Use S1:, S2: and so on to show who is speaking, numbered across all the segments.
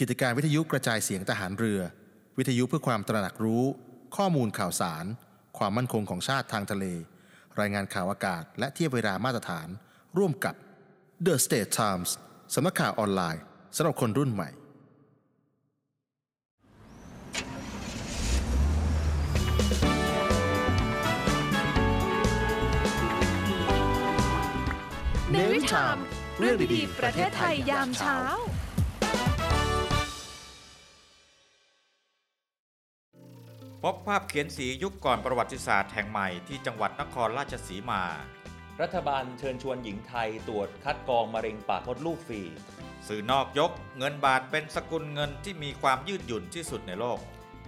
S1: กิจการวิทยุกระจายเสียงทหารเรือ วิทยุเพื่อความตระหนักรู้ ข้อมูลข่าวสาร ความมั่นคงของชาติทางทะเล รายงานข่าวอากาศ และเทียบเวลามาตรฐาน ร่วมกับ The State Times สำนักข่าวออนไลน์สำหรับคนรุ่นใหม่
S2: เนวิชามเรื่องดีๆประเทศไทยยามเช้า
S3: พบภาพเขียนสียุคก่อนประวัติศาสตร์แห่งใหม่ที่จังหวัดนครราชสีมา
S4: รัฐบาลเชิญชวนหญิงไทยตรวจคัดกรองมะเร็งปากทดลูกฟรี
S3: สื่อนอกยกเงินบาทเป็นสกุลเงินที่มีความยืดหยุ่นที่สุดในโลก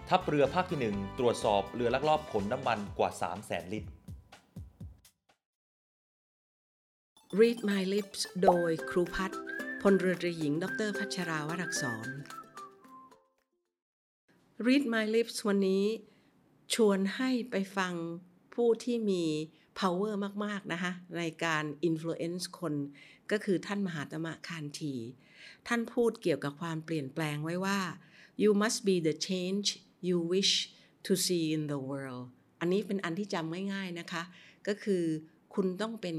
S4: ทัพเรือภาคที่ 1 ตรวจสอบเรือลักลอบขนน้ำมันกว่า 3 0 0แสนลิตร
S5: Read My Lips โดยครูพัฒน์พลเรือตรีหญิง ดรพัชราวรักษร Read My Lips วันนี้ ชวนให้ไปฟังผู้ที่มี power มาก ๆ นะคะในการ influence คนก็คือท่านมหาตมะคานที ท่านพูดเกี่ยวกับความเปลี่ยนแปลงไว้ว่า you must be the change you wish to see in the world อันนี้เป็นอันที่จำง่ายๆนะคะ ก็คือคุณต้องเป็น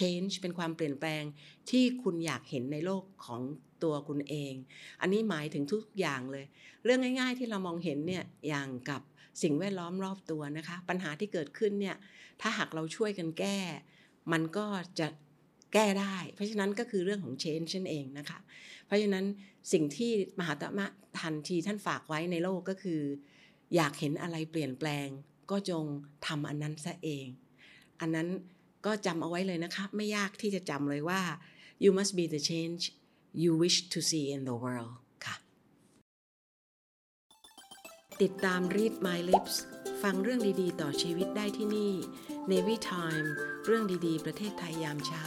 S5: change เป็นความเปลี่ยนแปลงที่คุณอยากเห็นในโลกของตัวคุณเอง อันนี้หมายถึงทุกอย่างเลย เรื่องง่าย ๆ ที่เรามองเห็นเนี่ยอย่างกับสิ่งแวดล้อมรอบตัวนะคะ ปัญหาที่เกิดขึ้นเนี่ยถ้าหากเราช่วยกันแก้ มันก็จะแก้ได้ เพราะฉะนั้นก็คือเรื่องของ change นั่นเองนะคะ เพราะฉะนั้นสิ่งที่มหาตมะทันทีท่านฝากไว้ในโลกก็คือ อยากเห็นอะไรเปลี่ยนแปลง ก็จงทำอันนั้นซะเอง อันนั้นก็จำเอาไว้เลยนะคะ ไม่ยากที่จะจำเลยว่า you must be the change you wish to see in the world ค่ะ ติดตาม Read My Lips ฟังเรื่องดีๆ ต่อชีวิตได้ที่นี่ Navy Time เรื่องดีๆ ประเทศไทยยามเช้า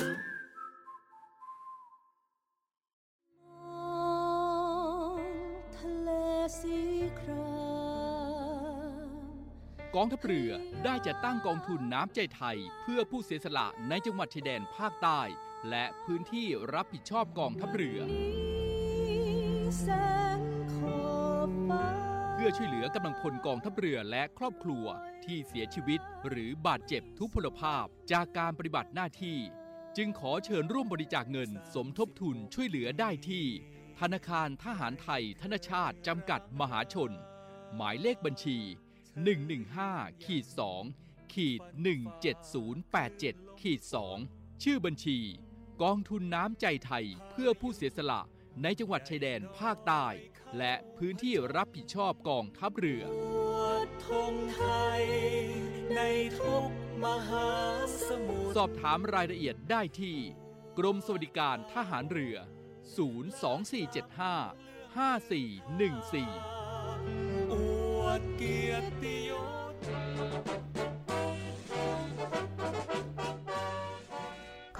S6: ทะเลสีคราม
S7: กองทัพเรือได้จะตั้งกองทุนน้ำใจไทย เพื่อผู้เสียสละในจังหวัดชายแดนภาคใต้ และพื้นที่รับผิดชอบกองทัพเรือ
S6: มีแสงขอบฟ้า
S7: เพื่อช่วยเหลือกำลังพลกองทัพเรือและครอบครัวที่เสียชีวิต หรือบาดเจ็บทุพพลภาพจากการปฏิบัติหน้าที่ จึงขอเชิญร่วมบริจาคเงินสมทบทุนช่วยเหลือได้ที่ ธนาคารทหารไทย ธนชาติจำกัดมหาชน หมายเลขบัญชี 115ขีด2ขีด17087ขีด2ชื่อบัญชี กองทุนน้ำใจไทยเพื่อผู้เสียสละในจังหวัดชายแดนภาคใต้ และพื้นที่รับผิดชอบกองทัพเรือ
S6: ธงไทย ในทุกมหาสมุทร
S7: สอบถามรายละเอียดได้ที่ กรมสวัสดิการทหารเรือ 02475 5414
S6: อวดเกียรติยศ
S8: ข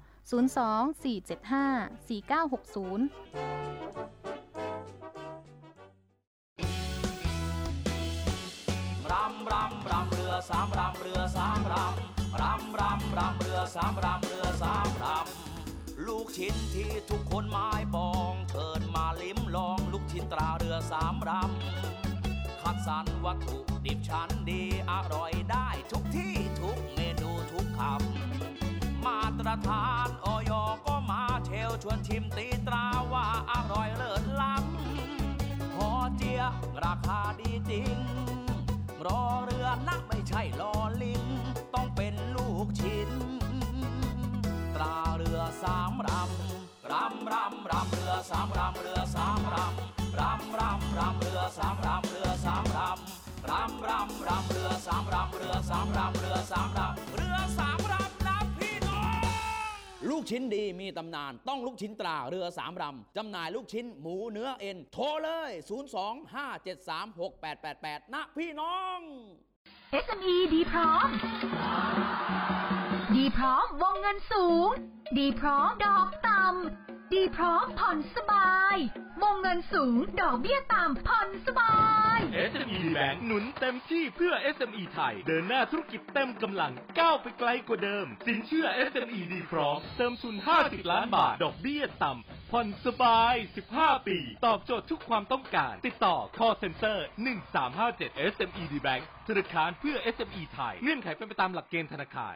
S8: 024754960
S4: รำรำรำเรือสามรำเรือสามรำรำรำรำเรือสามรำเรือสามรำลูกชิ้นที่ทุกคนไม้ปองเชิญมาลิ้มลองลูกชิ้นตราเรือสามรำคัดสรรวัตถุดิบชั้นดีอร่อยได้ทุกที่ทุกเมนูทุกคำมาตรฐานออยก็มาเชลชวนชิมตีตราว่าอร่อยเลิศล้ำ พอเจียราคาดีจริง รอเรือ ช่ลอลิง ต้องเป็นลูกชิ้น ตราเรือสามรำรำรำรำเรือสามรำเรือสามรำรำรำรำเรือสามรำเรือสามรำรำรำรำเรือสามรำเรือสามรำเรือสามรำเรือสามรำนะพี่น้อง ลูกชิ้นดีมีตำนานต้องลูกชิ้นตราเรือสามรำจำหน่ายลูกชิ้นหมูเนื้อเอ็น โทรเลย 025736888 นะพี่น้อง
S9: SME ดีพร้อม ดีพร้อมวงเงินสูง ดีพร้อมดอกต่ำ ดีพร้อมผ่อนสบาย วงเงินสูงดอกเบี้ยต่ำผ่อนสบาย
S10: SME Bank หนุนเต็มที่เพื่อ SME ไทย เดินหน้าธุรกิจเต็มกำลังก้าวไปไกลกว่าเดิม สินเชื่อ SME ดีพร้อม เติมทุน 50 ล้านบาท ดอกเบี้ยต่ำผ่อนสบาย 15 ปี ตอบโจทย์ทุกความต้องการ ติดต่อ call center 1357 SME D Bank ธนาคารเพื่อ SME ไทย เงื่อนไขเป็นไปตามหลักเกณฑ์ธนาคาร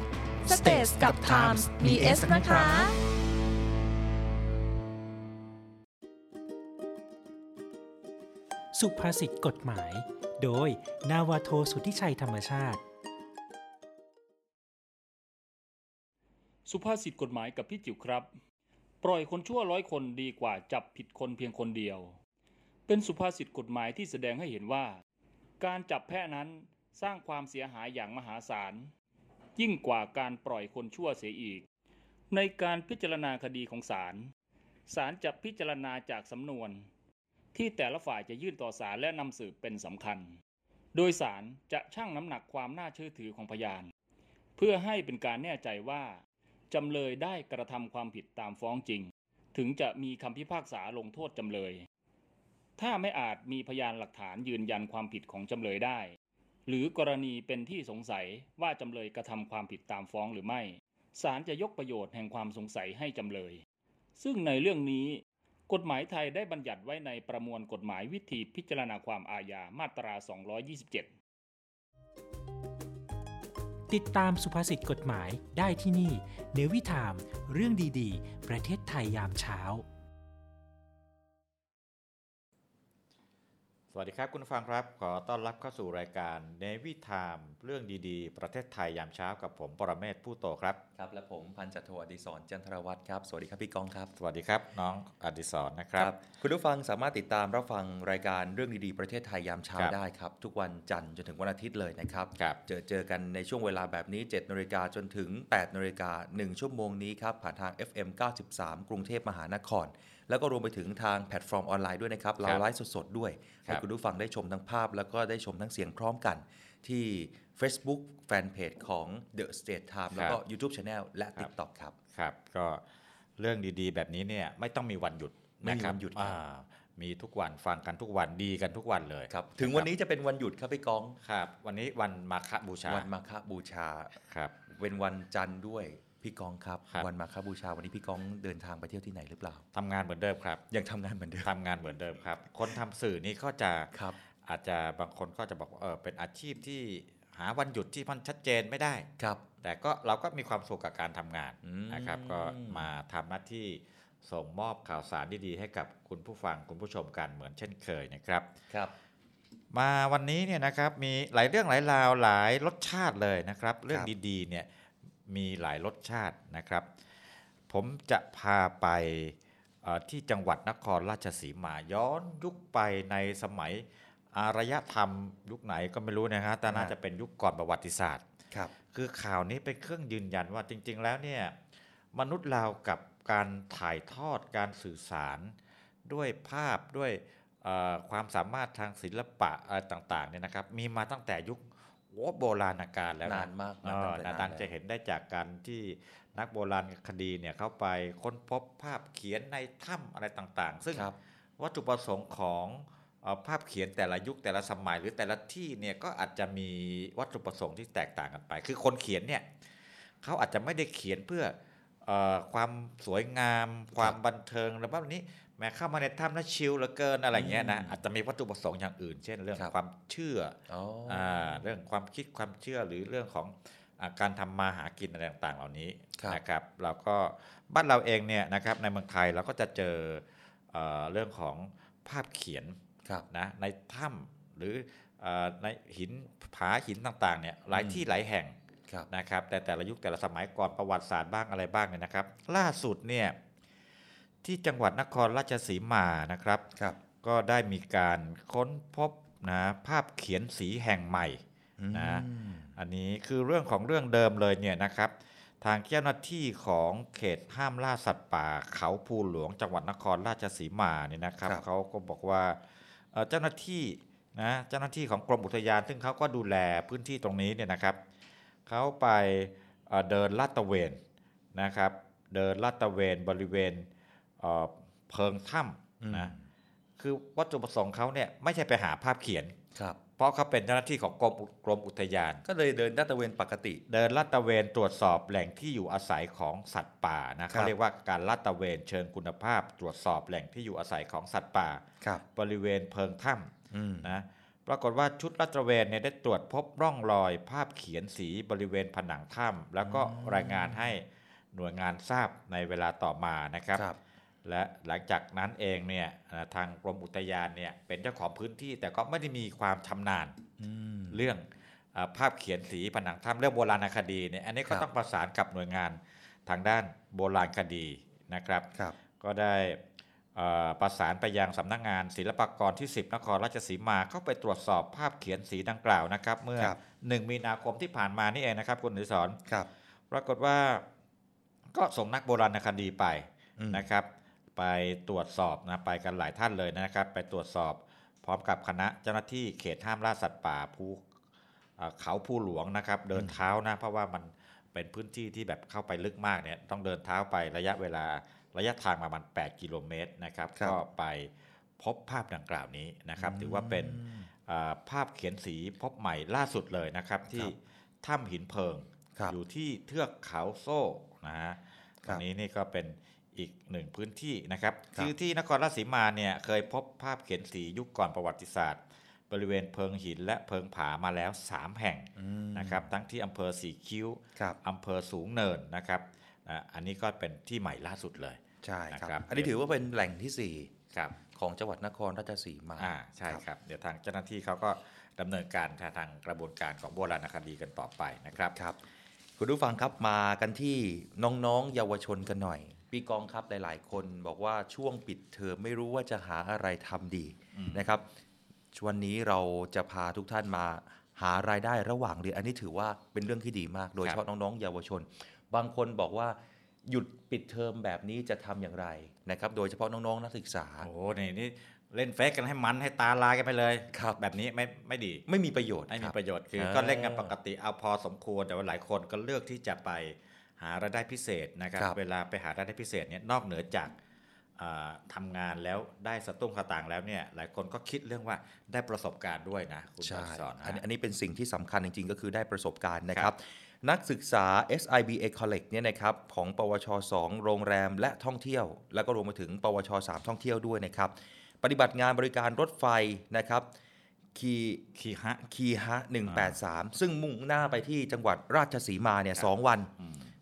S2: States กับ Times มี S นะคะ
S11: สุภาษิตกฎหมาย โดย นาวาโทสุทธิชัยธรรมชาติ
S12: สุภาษิตกฎหมายกับพี่จิ๋วครับ ปล่อยคนชั่วร้อยคนดีกว่าจับผิดคนเพียงคนเดียว เป็นสุภาษิตกฎหมายที่แสดงให้เห็นว่า การจับแพะนั้นสร้างความเสียหายอย่างมหาศาล ยิ่งกว่าการปล่อยคนชั่วเสียอีก ในการพิจารณาคดีของศาลศาลจะพิจารณาจากสำนวน ที่แต่ละฝ่ายจะยื่นต่อศาลและนำสืบเป็นสำคัญ โดยศาลจะชั่งน้ำหนักความน่าเชื่อถือของพยาน เพื่อให้เป็นการแน่ใจว่า จำเลยได้กระทำความผิดตามฟ้องจริง ถึงจะมีคำพิพากษาลงโทษจำเลย ถ้าไม่อาจมีพยานหลักฐานยืนยันความผิดของจำเลยได้ หรือกรณีเป็นที่สงสัยว่าจำเลยกระทำความผิดตามฟ้องหรือไม่ ศาลจะยกประโยชน์แห่งความสงสัยให้จำเลย ซึ่งในเรื่องนี้ กฎหมายไทยได้บัญญัติไว้ในประมวลกฎหมายวิธีพิจารณาความอาญามาตรา 227
S11: ติดตามสุภาษิตกฎหมายได้ที่นี่ เนวิทาม เรื่องดีๆ ประเทศไทยยามเช้า
S3: สวัสดีครับคุณผู้ฟังครับ ขอต้อนรับเข้าสู่รายการเนวิทามเรื่องดีๆ ประเทศไทยยามเช้ากับผมปรเมศผู้โตครับ
S13: ครับ และผมพันจัตโทอดิศรจันทรวัตรครับ สวัสดีครับพี่กองครับ
S3: สวัสดีครับ น้องอดิศรนะครับ
S13: คุณผู้ฟังสามารถติดตามรับฟังรายการเรื่องดีๆ ประเทศไทยยามเช้า
S3: ครับ
S13: ได้ครับ ทุกวันจันทร์จนถึงวันอาทิตย์เลยนะครับ
S3: ครับ
S13: เจอเจอกันในช่วงเวลาแบบนี้7นาฬิกาจนถึง8นาฬิกา1ชั่วโมงนี้ครับ ผ่านทาง FM 93 กรุงเทพมหานคร แล้วก็รวมไปถึงทางแพลตฟอร์มออนไลน์ด้วยนะครับเราไลฟ์สดๆด้วยให้คุณผู้ฟังได้ชมทั้งภาพ แล้วก็ได้ชมทั้งเสียงพร้อมกัน ที่ Facebook Fanpage ของ The State Time แล้วก็
S3: ครับ
S13: YouTube Channel และ
S3: ครับ
S13: TikTok ครับ
S3: ครับก็เรื่องดีๆ แบบนี้เนี่ยไม่ต้องมีวันหยุด
S13: ไม่มี
S3: ะครับ
S13: วันหยุดครับ
S3: อ่ามีทุกวันฟังกันทุกวันดีกันทุกวันเลยครับ
S13: ถึงวันนี้จะเป็นวันหยุดครับพี่กอง
S3: ครับ วันนี้วันมาฆบูชา
S13: วันมาฆบูชา
S3: ครับ
S13: เป็นวันจันทร์ด้วยพี่กองครับ
S3: ครับ
S13: วันมาฆบูชาวันนี้พี่กองเดินทางไปเที่ยวที่ไหนหรือเปล่า
S3: ทำงานเหมือนเดิม ครับ
S13: ยังทำงานเหมือนเดิม
S3: ทำงานเหมือนเดิมครับ คนทำสื่อนี่ก็จะ
S13: ครับ
S3: อาจจะบางคนก็จะบอกว่าเออเป็นอาชีพที่หาวันหยุดที่มันชัดเจนไม่ได้
S13: ครับ
S3: แต่ก็เราก็มีความสุขกับการทำงาน
S13: อืม
S3: นะครับ ก็มาทำหน้าที่ส่งมอบข่าวสารดีๆให้กับคุณผู้ฟังคุณผู้ชมกันเหมือนเช่นเคยนะครับ
S13: ครับ
S3: มาวันนี้เนี่ยนะครับมีหลายเรื่องหลายราวหลายรสชาติเลยนะครับ เรื่อง
S13: ครับ
S3: ดีๆเนี่ยมีหลายรสชาตินะครับ ผมจะพาไปเอ่อที่จังหวัดนครราชสีมาย้อนยุคไปในสมัยอารยธรรมยุคไหนก็ไม่รู้นะฮะแต่น่าจะเป็นยุคก่อนประวัติศาสตร์
S13: ครับ
S3: คือข่าวนี้เป็นเครื่องยืนยันว่าจริง ๆ แล้วเนี่ยมนุษย์เรากับการถ่ายทอดการสื่อสาร ด้วยภาพด้วยเอ่อความสามารถทางศิลปะอะไรต่างๆเนี่ยนะครับ มีมาตั้งแต่ยุคโอ้โบราณกาลแล้วะ
S13: นานมาก
S3: เออ
S13: มาตั้งแต่นาน
S3: ดัง
S13: แล้ว
S3: จะเห็นได้จากการที่นักโบราณคดีเนี่ยเขาไปค้นพบภาพเขียนในถ้ำอะไรต่างๆ ซึ่ง
S13: ครับ
S3: วัตถุประสงค์ของ เอ่อภาพเขียนแต่ละยุคแต่ละสมัยหรือแต่ละที่เนี่ยก็อาจจะมีวัตถุประสงค์ที่แตกต่างกันไป คือคนเขียนเนี่ยเขาอาจจะไม่ได้เขียนเพื่อเออความสวยงาม ความบันเทิงหรือว่าแบบนี้แหม้เข้ามาในถ้ำแล้วชิลเหลือเกินอะไรเงี้ยนะอาจจะมีวัตถุประสงค์อย่างอื่น เช่นเรื่องความเชื่ออาเรื่องความคิดความเชื่อหรือเรื่องของ อ่าการทำมาหากินอะไรต่างๆ เหล่านี้นะครับเราก็บ้านเราเองเนี่ยนะครับในเมืองไทยเราก็จะเจอเอ่อเรื่องของภาพเขียนนะในถ้ำหรือเอ่อในหินผาหินต่างๆเนี่ยหลายที่หลายแห่งนะครับแต่แต่ละยุคแต่ละสมัยก่อนประวัติศาสตร์บ้างอะไรบ้างเนี่ยนะครับ ล่าสุดเนี่ยที่จังหวัดนครราชสีมานะครับก็ได้มีการค้นพบนะภาพเขียนสีแห่งใหม่นะ อันนี้คือเรื่องของเรื่องเดิมเลยเนี่ยนะครับ ทางเจ้าหน้าที่ของเขตห้ามล่าสัตว์ป่า เขาภูหลวงจังหวัดนครราชสีมาเนี่ยนะครับเขาก็บอกว่าเอ่อเจ้าหน้าที่นะเจ้าหน้าที่ของกรมอุทยาน ซึ่งเขาก็ดูแลพื้นที่ตรงนี้เนี่ยนะครับเขาไปเอ่อเดินลาดตระเวนนะครับ เดินลาดตระเวนบริเวณเอ่อเพิงถ้ำนะคือวัตถุประสงค์เขาเนี่ยไม่ใช่ไปหาภาพเขียน เพราะเขาเป็นเจ้าหน้าที่ของกรมอุกรมอุทยาน
S13: ก็เลยเดินลาดตระเวนปกติ
S3: เดินลาดตระเวนตรวจสอบแหล่งที่อยู่อาศัยของสัตว์ป่านะเขาเรียกว่าการลาดตระเวนเชิงคุณภาพ ตรวจสอบแหล่งที่อยู่อาศัยของสัตว์ป่า
S13: ครับ
S3: บริเวณเพิงถ้ำนะปรากฏว่าชุดลาดตระเวนเนี่ยได้ตรวจพบร่องรอย ภาพเขียนสีบริเวณผนังถ้ำแล้วก็รายงานให้หน่วยงานทราบในเวลาต่อมานะครับ และหลังจากนั้นเองเนี่ยอ่าทางกรมอุทยานเนี่ยเป็นเจ้าของพื้นที่แต่ก็ไม่ได้มีความชำนาญ เรื่องเออภาพเขียนสีผนังถ้ำเรื่องโบราณคดีเนี่ยอันนี้ก็ต้องประสานกับหน่วยงานทางด้านโบราณคดีนะครับก็ได้เอ่อประสานไปยังสำนักงานศิลปากรที่ 10 นครราชสีมาเข้าไปตรวจสอบภาพเขียนสีดังกล่าวนะครับ เมื่อ 1 มีนาคมที่ผ่านมานี่เองนะครับ คุณอนุสรณ์ปรากฏว่าก็ส่งนักโบราณคดีไปนะครับ ไปตรวจสอบนะไปกันหลายท่านเลยนะครับ ไปตรวจสอบ พร้อมกับคณะเจ้าหน้าที่เขตห้ามล่าสัตว์ป่าภูเอ่อเขาภูหลวงนะครับ เดินเท้านะ เพราะว่ามันเป็นพื้นที่ที่แบบเข้าไปลึกมากเนี่ยต้องเดินเท้าไประยะเวลาระยะทางประมาณ 8 กิโลเมตรนะครับ ก็ไปพบภาพดังกล่าวนี้นะครับ ถือว่าเป็นเอ่อภาพเขียนสีพบใหม่ล่าสุดเลยนะครับ ที่ถ้ำหินเพิง อยู่ที่เทือกเขาโซ่นะฮะอันนี้นี่ก็เป็นอีกหนึ่งพื้นที่นะครับคือที่นครราชสีมาเนี่ยเคยพบภาพเขียนสียุคก่อนประวัติศาสตร์ บริเวณเพิงหินและเพิงผามาแล้ว 3 แห่งนะครับทั้งที่อำเภอสีคิ้วอำเภอสูงเนินนะครับอ่าอันนี้ก็เป็นที่ใหม่ล่าสุดเลย
S13: ใช่ครับ
S3: นะครับ
S13: อันนี้ถือว่าเป็นแหล่งที่สี่
S3: ครับ
S13: ของจังหวัดนครราชสีมา
S3: อ่าใช่ครับ เดี๋ยวทางเจ้าหน้าที่เขาก็ดำเนินการทางกระบวนการของโบราณคดีกันต่อไปนะครับ
S13: ครับ คุณผู้ฟังครับมากันที่น้องๆ เยาวชนกันหน่อย พี่กองครับหลาย ๆ คนบอกว่าช่วงปิดเทอมไม่รู้ว่าจะหาอะไรทำดี
S3: อืม
S13: นะครับวันนี้เราจะพาทุกท่านมาหารายได้ระหว่างเรียนอันนี้ถือว่าเป็นเรื่องที่ดีมาก โดยเฉพาะน้องๆ เยาวชน บางคนบอกว่าหยุดปิดเทอมแบบนี้จะทำอย่างไรนะครับ โดยเฉพาะน้องๆ นักศึกษา
S3: โอ้โหนี่นี่เล่นเฟซกันให้มันให้ตาลายกันไปเลยครับแบบนี้ไม่ไม่ดี
S13: ไม่มีประโยชน์
S3: ไม่มี
S13: ครับ
S3: ประโยชน์คือ
S13: เออ
S3: ก็เล่นกันปกติเอาพอสมควรแต่ว่าหลายคนก็เลือกที่จะไปหารายได้พิเศษนะครับ
S13: ครับ
S3: เวลาไปหารายได้พิเศษเนี่ยนอกเหนือจากอ่าทำงานแล้วได้สตุ้งสตางค์แล้วเนี่ยหลายคนก็คิดเรื่องว่าได้ประสบการณ์ด้วยนะคุณ
S13: ใช่
S3: ผู้สอนนะ
S13: อันนี้อันนี้เป็นสิ่งที่สำคัญจริง ๆ ก็คือได้ประสบการณ์นะครับ นักศึกษา SIBA College เนี่ยนะครับของปวช 2 โรงแรมและท่องเที่ยว แล้วก็รวมไปถึง ปวช 3 ท่องเที่ยวด้วยนะครับ ปฏิบัติงานบริการรถไฟนะครับคี
S3: คีฮะ
S13: คีฮะ183 ซึ่งมุ่งหน้าไปที่จังหวัดราชสีมาเนี่ยสองวัน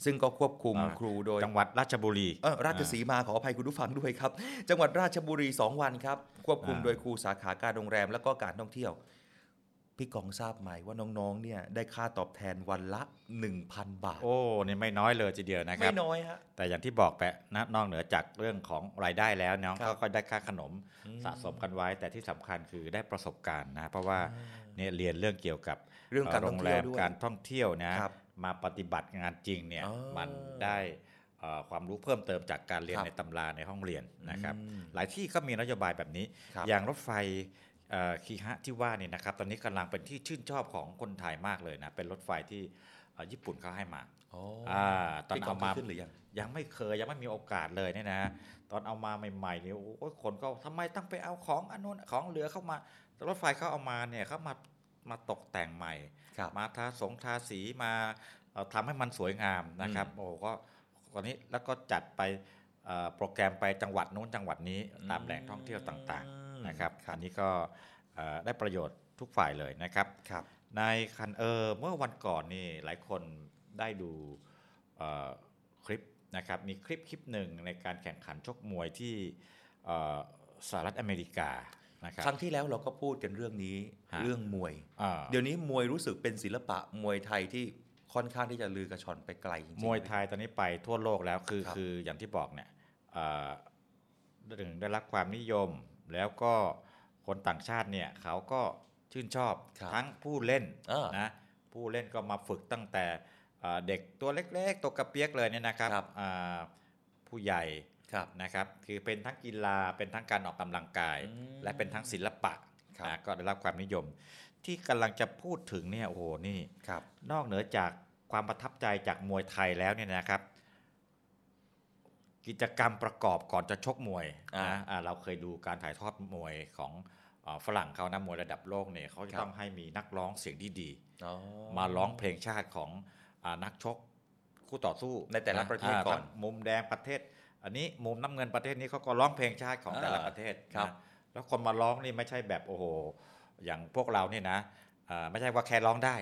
S13: ซึ่งก็ควบคุมครูโดย
S3: จังหวัดราชบุรี
S13: เออราชสีมาขออภัยคุณผู้ฟังด้วยครับ จังหวัดราชบุรี 2 วันครับ ควบคุม
S3: อ่า
S13: โดยครูสาขาการโรงแรมและก็การท่องเที่ยว พี่กองทราบไหมว่าน้องๆ เนี่ยได้ค่าตอบแทนวันละ 1,000 บาท
S3: โอ้นี่ไม่น้อยเลยทีเดียวนะครับ
S13: ไม่น้อยฮะ
S3: แต่อย่างที่บอกไปนะนอกเหนือจากเรื่องของรายได้แล้วน้อง
S13: ครับ
S3: เขาก็ได้ค่าขนม
S13: อืม
S3: สะสมกันไว้ แต่ที่สำคัญคือได้ประสบการณ์นะเพราะว่าเนี่ยเรียนเรื่องเกี่ยวกับ
S13: เรื่องการ
S3: โร
S13: ท่อง ง
S3: แร
S13: เที่ยว
S3: ม
S13: ด้วย
S3: การท่องเที่ยวนะมาปฏิบัติงานจริงเนี่ยมันได้เอ่อความรู้เพิ่มเติมจากการเรียน
S13: ครับ
S3: ในตำราในห้องเรียนนะครับ
S13: อืม
S3: หลายที่ก็มีนโยบายแบบนี้
S13: ครับ
S3: อย่างรถไฟ เอ่อคีฮะที่ว่าเนี่ยนะครับตอนนี้กำลังเป็นที่ชื่นชอบของคนไทยมากเลยนะเป็นรถไฟที่ อ่อญี่ปุ่นเขาให้มา
S13: โอ้
S3: อ่าตอน
S13: พี่ก๊อ
S3: เอา
S13: ฟ
S3: มา
S13: เคยขึ้นหรือยัง
S3: ยังไม่เคยยังไม่มีโอกาสเลยเนี่ยนะ ตอนเอามาใหม่ๆเนี่ยโอ้ยคนก็ทำไมต้องไปเอาของอันนู้นของเหลือเข้ามาแต่รถไฟเขาเอามาเนี่ยเขามามาตกแต่งใหม่ มาทาสงทาสีมาเอ่อทำให้มันสวยงามนะครับโอ้โหก็ตอนนี้แล้วก็จัดไปเอ่อโปรแกรมไปจังหวัดนู้นจังหวัดนี้ตามแหล่งท่องเที่ยวต่างๆนะครับอันนี้ก็เอ่อได้ประโยชน์ทุกฝ่ายเลยนะครับ ในคันเออเมื่อวันก่อนนี่หลายคนได้ดูเอ่อคลิปนะครับมีคลิปคลิปหนึ่งในการแข่งขันชกมวยที่เอ่อสหรัฐอเมริกานะครับ
S13: ครั้งที่แล้วเราก็พูดกันเรื่องนี้
S3: ฮะ
S13: เรื่องมวย
S3: อ่า
S13: เดี๋ยวนี้มวยรู้สึกเป็นศิลปะมวยไทยที่ค่อนข้างที่จะลือกระชอนไปไกลจริงๆ
S3: มวยไทยตอนนี้ไปทั่วโลกแล้วคือ
S13: ครับ
S3: คืออย่างที่บอกเนี่ยเอ่อหนึ่งได้รับความนิยม แล้วก็คนต่างชาติเนี่ยเขาก็ชื่นชอบทั้งผู้เล่นนะผู้เล่นก็มาฝึกตั้งแต่เอ่อเด็กตัวเล็กๆตัวกระเปียกเลยเนี่ยนะครับเอ่อผู้ใหญ่นะครับคือเป็นทั้งกีฬาเป็นทั้งการออกกำลังกาย และเป็นทั้งศิลปะนะก็ได้รับความนิยม ที่กำลังจะพูดถึงเนี่ยโอ้โหนี่นอกเหนือจากความประทับใจจากมวยไทยแล้วเนี่ยนะครับ กิจกรรมประกอบก่อนจะชกมวยนะอ่าเราเคยดูการถ่ายทอดมวยของเอ่อฝรั่งเขานะมวยระดับโลกเนี่ยเขาจะ
S13: ครับ
S3: ต้องให้มีนักร้องเสียงที่ดี
S13: อ๋อ
S3: มาร้องเพลงชาติของอานักชกคู่ต่อสู้
S13: ในแต่ละประเทศ
S3: า
S13: ก่อน
S3: ทั้งมุมแดงประเทศ อันนี้มุมน้ำเงินประเทศนี้เขาก็ร้องเพลงชาติของแต่ละ
S13: อ่า
S3: ประเทศ
S13: ครับ
S3: นะแล้วคนมาร้องนี่ไม่ใช่แบบโอ้โห อย่างพวกเราเนี่ยนะอ่าไม่ใช่ว่าแค่ร้องได้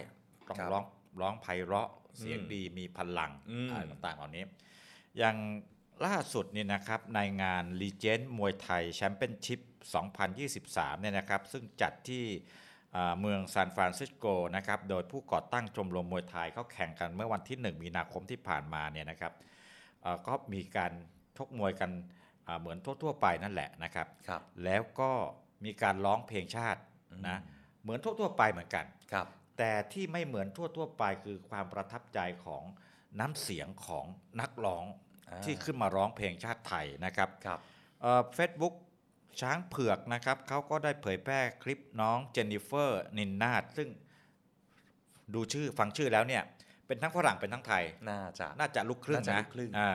S3: ต้องร้องร้องไพเราะเสียง
S13: อืม
S3: ดีมีพลัง
S13: อืม
S3: อะไรต่างๆเหล่านี้ อย่างล่าสุดนี่นะครับในงาน Legend มวยไทยแชมเปี้ยนชิพ 2023 เนี่ยนะครับ ซึ่งจัดที่เอ่อเมืองซานฟรานซิสโกนะครับ โดยผู้ก่อตั้งชมรมมวยไทยเขาแข่งกันเมื่อวันที่ 1 มีนาคมที่ผ่านมาเนี่ยนะครับเอ่อก็มีการชกมวยกันเอ่อเหมือนทั่ว ๆ ไปนั่นแหละนะครับ แล้วก็มีการร้องเพลงชาตินะ เหมือนทั่วๆไปเหมือนกัน แต่ที่ไม่เหมือนทั่วๆไปคือความประทับใจของน้ำเสียงของนักร้อง
S13: อ่า
S3: ที่ขึ้นมาร้องเพลงชาติไทยนะครับเฟซบุ๊กช้างเผือกนะครับเขาก็ได้เผยแพร่คลิปน้องเจนนิเฟอร์นินนาดซึ่งดูชื่อฟังชื่อแล้วเนี่ย เป็นทั้งฝรั่งเป็นทั้งไทย
S13: น่าจะ
S3: น่าจะลูกครึ่ง
S13: น่าจะ
S3: นะ
S13: ลูกครึ่ง
S3: อ่า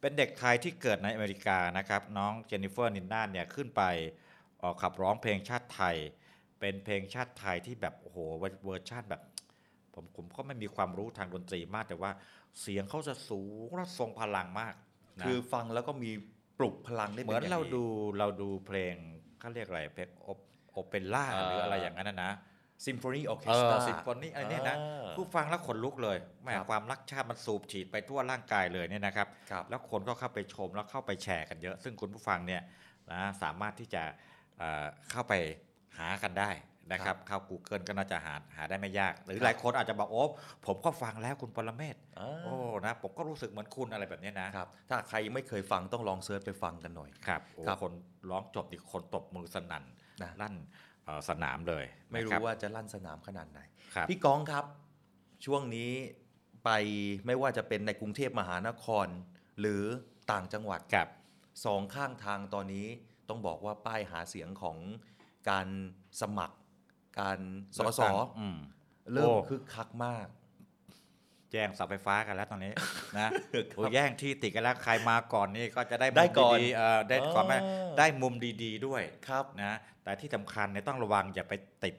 S3: เป็นเด็กไทยที่เกิดในอเมริกานะครับ น้องเจนนิเฟอร์นินนาเนี่ยขึ้นไปออกขับร้องเพลงชาติไทย เป็นเพลงชาติไทยที่แบบโอ้โหเวอร์เวอร์ชันแบบ ผมผมก็ไม่มีความรู้ทางดนตรีมากแต่ว่าเสียงเขาจะสูงและทรงพลังมากนะ
S13: คือฟังแล้วก็มีปลุกพลังได้ป็
S3: เหมือน
S13: ย่ง
S3: เราดูเราดูเพลงเขาเรียกอะไรเพลงโอปโอเปร่า
S13: เอ่อ
S3: หรืออะไรอย่างนั้นนะนะซิมโฟนีออเคส
S13: Orchestra
S3: ซิมโฟนีอะไรเนี่ยนะ
S13: อ่า
S3: ผู้ฟังแล้วขนลุกเลยแหมความรักชาติมันสูบฉีดไปทั่วร่างกายเลยเนี่ยนะครับ แล้วคนก็เข้าไปชมแล้วเข้าไปแชร์กันเยอะ ซึ่งคุณผู้ฟังเนี่ยนะสามารถที่จะเอ่อเข้าไปหากันได้นะครับเข้า Google ก็น่าจะหาหาได้ไม่ยาก หรือ
S13: ครับ
S3: หลายคนอาจจะบอกโอ้ผมก็ฟังแล้วคุณปรเมศโอ้นะผมก็รู้สึกเหมือนคุณอะไรแบบเนี้ยนะ
S13: ครับถ้าใครยังไม่เคยฟังต้องลองเซิร์ชไปฟังกันหน่อย
S3: ครับโอ้
S13: ครับ
S3: คนร้องจบดิคนตบมือสนั่น
S13: นะ
S3: ลั่นเอ่อสนามเลย
S13: ไม่
S3: นะคบ
S13: รู้ว่าจะลั่นสนามขนาดไหน
S3: ครับ
S13: พี่ก้องครับ ช่วงนี้ไปไม่ว่าจะเป็นในกรุงเทพมหานคร หรือต่างจังหวัด
S3: ครับ
S13: สองข้างทางตอนนี้ต้องบอกว่าป้ายหาเสียงของการสมัคร การส
S3: เลื
S13: อ
S3: อก
S13: ส
S3: ตั้
S13: อง
S3: อืม
S13: เริ่ม
S3: โอ้
S13: คึกคักมาก
S3: แย่งเสาไฟฟ้ากันแล้วตอนนี้ นะโอ้แย่งที่ติดกันแล้วใครมาก่อนนี่ก็จะได้มุม
S13: ได้ก่อน
S3: ดีๆเอ่อได้
S13: อ๋อ
S3: ความได้มุมดีๆด้วยนะแต่ที่สำคัญเนี่ยต้องระวังอย่าไปติด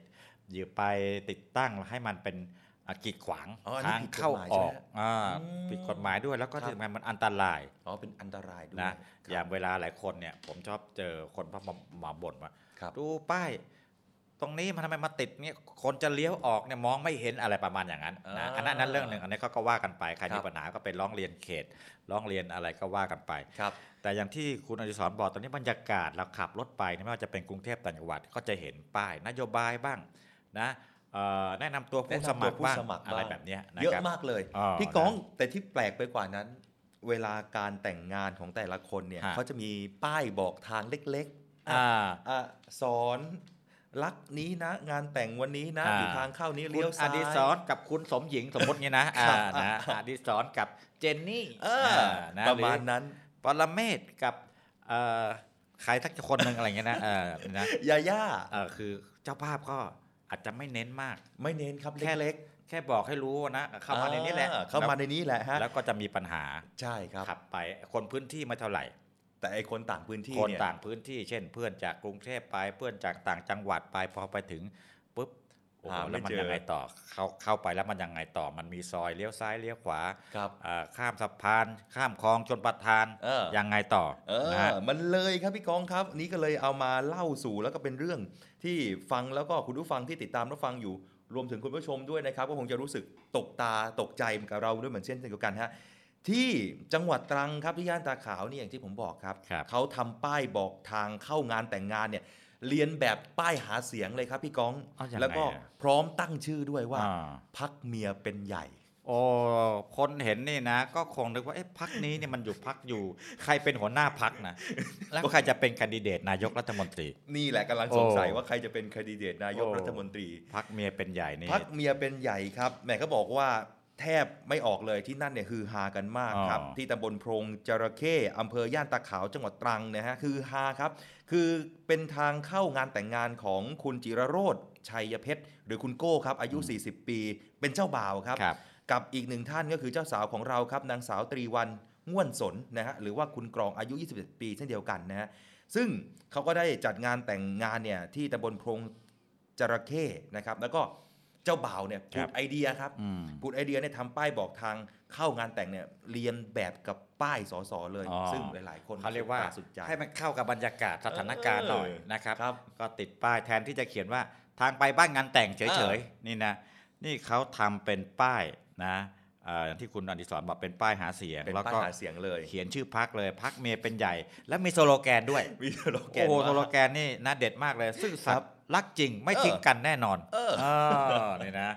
S3: อย่าไปติดตั้งให้มันเป็นอ่ะกีดขวาง
S13: อ๋ออันนี้
S3: ทาง
S13: ผิดกฎ
S3: เข้า
S13: หมาย
S3: อ
S13: ใช่ไหม
S3: อกอ่า
S13: อืม
S3: ผิดกฎหมายด้วยแล้วก็
S13: ครับ
S3: ที่สำคัญมันอันตราย
S13: อ๋อเป็นอันตรายด้วย
S3: นะอย่างเวลาหลายคนเนี่ย ผมชอบเจอคนพมามาบ่นว่าดูป้าย ตรงนี้มันทำไมมาติดเนี่ยคนจะเลี้ยวออกเนี่ยมองไม่เห็นอะไรประมาณอย่างนั้นนะอันนั้นอันนั้นเรื่องหนึ่ง อันนี้เขาก็ว่ากันไป ใคร
S13: ครั
S3: มี
S13: บ
S3: ปัญหาก็ไปร้องเรียนเขต ร้องเรียนอะไรก็ว่ากันไป แต่อย่างที่คุณอดิศรบอกตอนนี้บรรยากาศเราขับรถไปเนี่ยไม่ว่าจะเป็นกรุงเทพต่างจังหวัดก็จะเห็นป้าย นโยบายบ้างนะเอ่อแนะนำตัวผู้
S13: แนะ
S3: ส
S13: นำ
S3: มั
S13: ตัว
S3: คร
S13: ผู้
S3: บ้าง
S13: สมัคร
S3: อะไร
S13: บ้าง
S3: แบบนี้นค
S13: เยอะ
S3: รับ
S13: มากเลย
S3: นะ
S13: พี่ก้องแต่ที่แปลกไปกว่านั้น เวลาการแต่งงานของแต่ละคนเนี่ย
S3: ฮะ
S13: เขาจะมีป้ายบอกทางเล็กๆะ
S3: อ่า
S13: อ่ะสอนรักนี้นะ งานแต่งวันนี้นะ
S3: อ่า
S13: อยู่ทางเข้านี้
S3: คุ
S13: เลี้ยว
S3: ณอ
S13: ซ้าย
S3: ดิศรกับคุณสมหญิงสมมติเนี่ยนะอ่า
S13: ครับ
S3: นะ
S13: อ่า
S3: อดิศรกับเจนนี่
S13: เอออ่
S3: น
S13: ประมาณ
S3: หอ
S13: นั้น
S3: ปรเมศกับเอ่อใครสักคนหนึ่งอะไรเงี้ยนะเออนะ
S13: ยาย่า
S3: เออคือเจ้าภาพก็อ อาจจะไม่เน้นมาก
S13: ไม่เน้นครับ
S3: แค่เล็ก แค่บอกให้รู้นะเข้ามาในนี้แหละ
S13: อ่าเข้ามาในนี้แหละฮะ
S3: แล้วก็จะมีปัญหา
S13: ใช่ครับ
S3: ขับไปคนพื้นที่ไม่เท่าไหร่
S13: แต่ไอคนต่างพื้นที่
S3: คน
S13: เนี่ย
S3: ต่างพื้นที่ เช่น เพื่อนจากกรุงเทพไปเพื่อนจากต่างจังหวัดไปพอไปถึงปุ๊บโอ้โห
S13: หาไม่
S3: แล้วมัน
S13: เจอ
S3: ยังไงต่อเข้าเข้าไปแล้วมันยังไงต่อ มันมีซอยเลี้ยวซ้ายเลี้ยวขวา
S13: ครับ
S3: ข้ามสะพาน ข้ามคลองจนประทาน
S13: เออ
S3: ยังไงต่อ
S13: เออ
S3: นะฮะ
S13: มันเลยครับพี่กองครับอันนี้ก็เลยเอามาเล่าสู่แล้วก็เป็นเรื่องที่ฟังแล้วก็คุณผู้ฟังที่ติดตามรับฟังอยู่ รวมถึงคุณผู้ชมด้วยนะครับ ก็คงจะรู้สึกตกตาตกใจกับเราด้วยเหมือนเช่นเดียวกันฮะที่จังหวัดตรังครับที่ย่านตาขาวนี่อย่างที่ผมบอกครับเขาทำป้ายบอกทางเข้างานแต่งงานเนี่ยเรียนแบบป้ายหาเสียงเลยครับพี่กอง
S3: เอายังไง
S13: แล้วก็
S3: อะ
S13: พร้อมตั้งชื่อด้วยว่า
S3: อ่
S13: พักเมียเป็นใหญ่
S3: โอ้คนเห็นนี่นะ ก็คงนึกว่าเอ๊ะพักนี้เนี่ยมันอยู่พักอยู่ ใครเป็นหัวหน้าพัก นะ แล้วใครจะเป็นแคนดิเดตนายกรัฐมนตรี
S13: นี่แหละกำลังสงสัยว่าใครจะเป็นแคนดิเดตนายก
S3: โอ้
S13: รัฐมนตรี
S3: พักเมียเป็นใหญ่นี่
S13: พักเมียเป็นใหญ่ครับแหม่ก็บอกว่าแทบไม่ออกเลยที่นั่นเนี่ยฮือฮากันมากครับ
S3: อ๋อ
S13: ที่ตำบลโพรงจระเข้อำเภอย่านตาขาวจังหวัดตรังนะฮะคือฮาครับ คือเป็นทางเข้างานแต่งงานของคุณจิรโรธชัยเพชร หรือคุณโก้ครับอายุ 40 ปี เป็นเจ้าบ่าวครับ กับอีกหนึ่งท่านก็คือเจ้าสาวของเราครับ นางสาวตรีวันง่วนสนนะฮะหรือว่าคุณกรองอายุ 27 ปีเช่นเดียวกันนะฮะซึ่งเขาก็ได้จัดงานแต่งงานเนี่ยที่ตำบลโพรงจระเข้นะครับแล้วก็ เจ้าบ่าวเนี่ยผุดไอเดียครับ
S3: อืม
S13: ผุดไอเดียเนี่ยทำป้ายบอกทางเข้างานแต่งเนี่ยเรียนแบบกับป้ายสอสอเลย
S3: อ๋อ
S13: ซึ่งหลาย ๆ คน
S3: เขาเรียกว่า
S13: สุดตสุดใจ
S3: ให้มันเข้ากับบรรยากาศสถานการณ์หน่อย
S13: เออ
S3: นะครับ ก็ติดป้ายแทนที่จะเขียนว่าทางไปบ้านงานแต่ง
S13: เอ
S3: เฉ
S13: อ
S3: ยๆนี่นะนี่เขาทำเป็นป้ายนะเอ่ออย่างที่คุณอดิศรบอกเป็นป้ายหาเสียง
S13: เป็น
S3: แล้ว
S13: ป้าย
S3: ก็
S13: หาเสียงเลย
S3: เขียนชื่อพักเลยพักเมียเป็นใหญ่ และมีสโลแกนด้วย
S13: มีสโลแก
S3: โอ้
S13: น
S3: โห
S13: ว่า
S3: โซโลแกนนี่น่าเด็ดมากเลย ซื่อสัตย์รักจริงไม่
S13: เออ
S3: ทิ้งกันแน่นอน
S13: เออ
S3: อเนี่ยนะ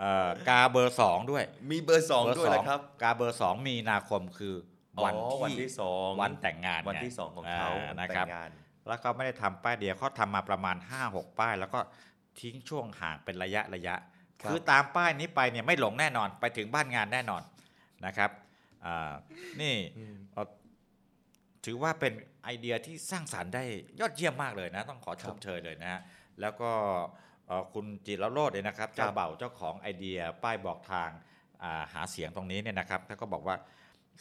S3: เอ่อกาเบอร์สองด้วย
S13: มีเบอร์สองด้วยนะครับ
S3: กาเบอร์สองมีนาคมคืออ
S13: อ
S3: วันที่
S13: วันที่สอง
S3: วันแต่งงาน
S13: วัน
S3: ไ
S13: ที่สองของเขา
S3: อ่นะครับ
S13: วันแต่งงาน
S3: แล้วก็ไม่ได้ทำป้ายเดียวเขาทำมาประมาณ 5 6 ป้าย แล้วก็ทิ้งช่วงห่างเป็นระยะระยะ
S13: ครับ
S3: คือตามป้ายนี้ไปเนี่ยไม่หลงแน่นอนไปถึงบ้านงานแน่นอนนะครับอ่านี่เอ่อ ถือว่าเป็นไอเดียที่สร้างสารรค์ได้ยอดเยี่ยมมากเลยนะ ต้องขอชมเชยเลยนะฮะแล้วก็เอ่อคุณจิรโรดเนี่ยนะครับเจ้าเบ่าวเจ้าของไอเดียป้ายบอกทางอ่าหาเสียงตรงนี้เนี่ยนะครับแล้วก็บอกว่า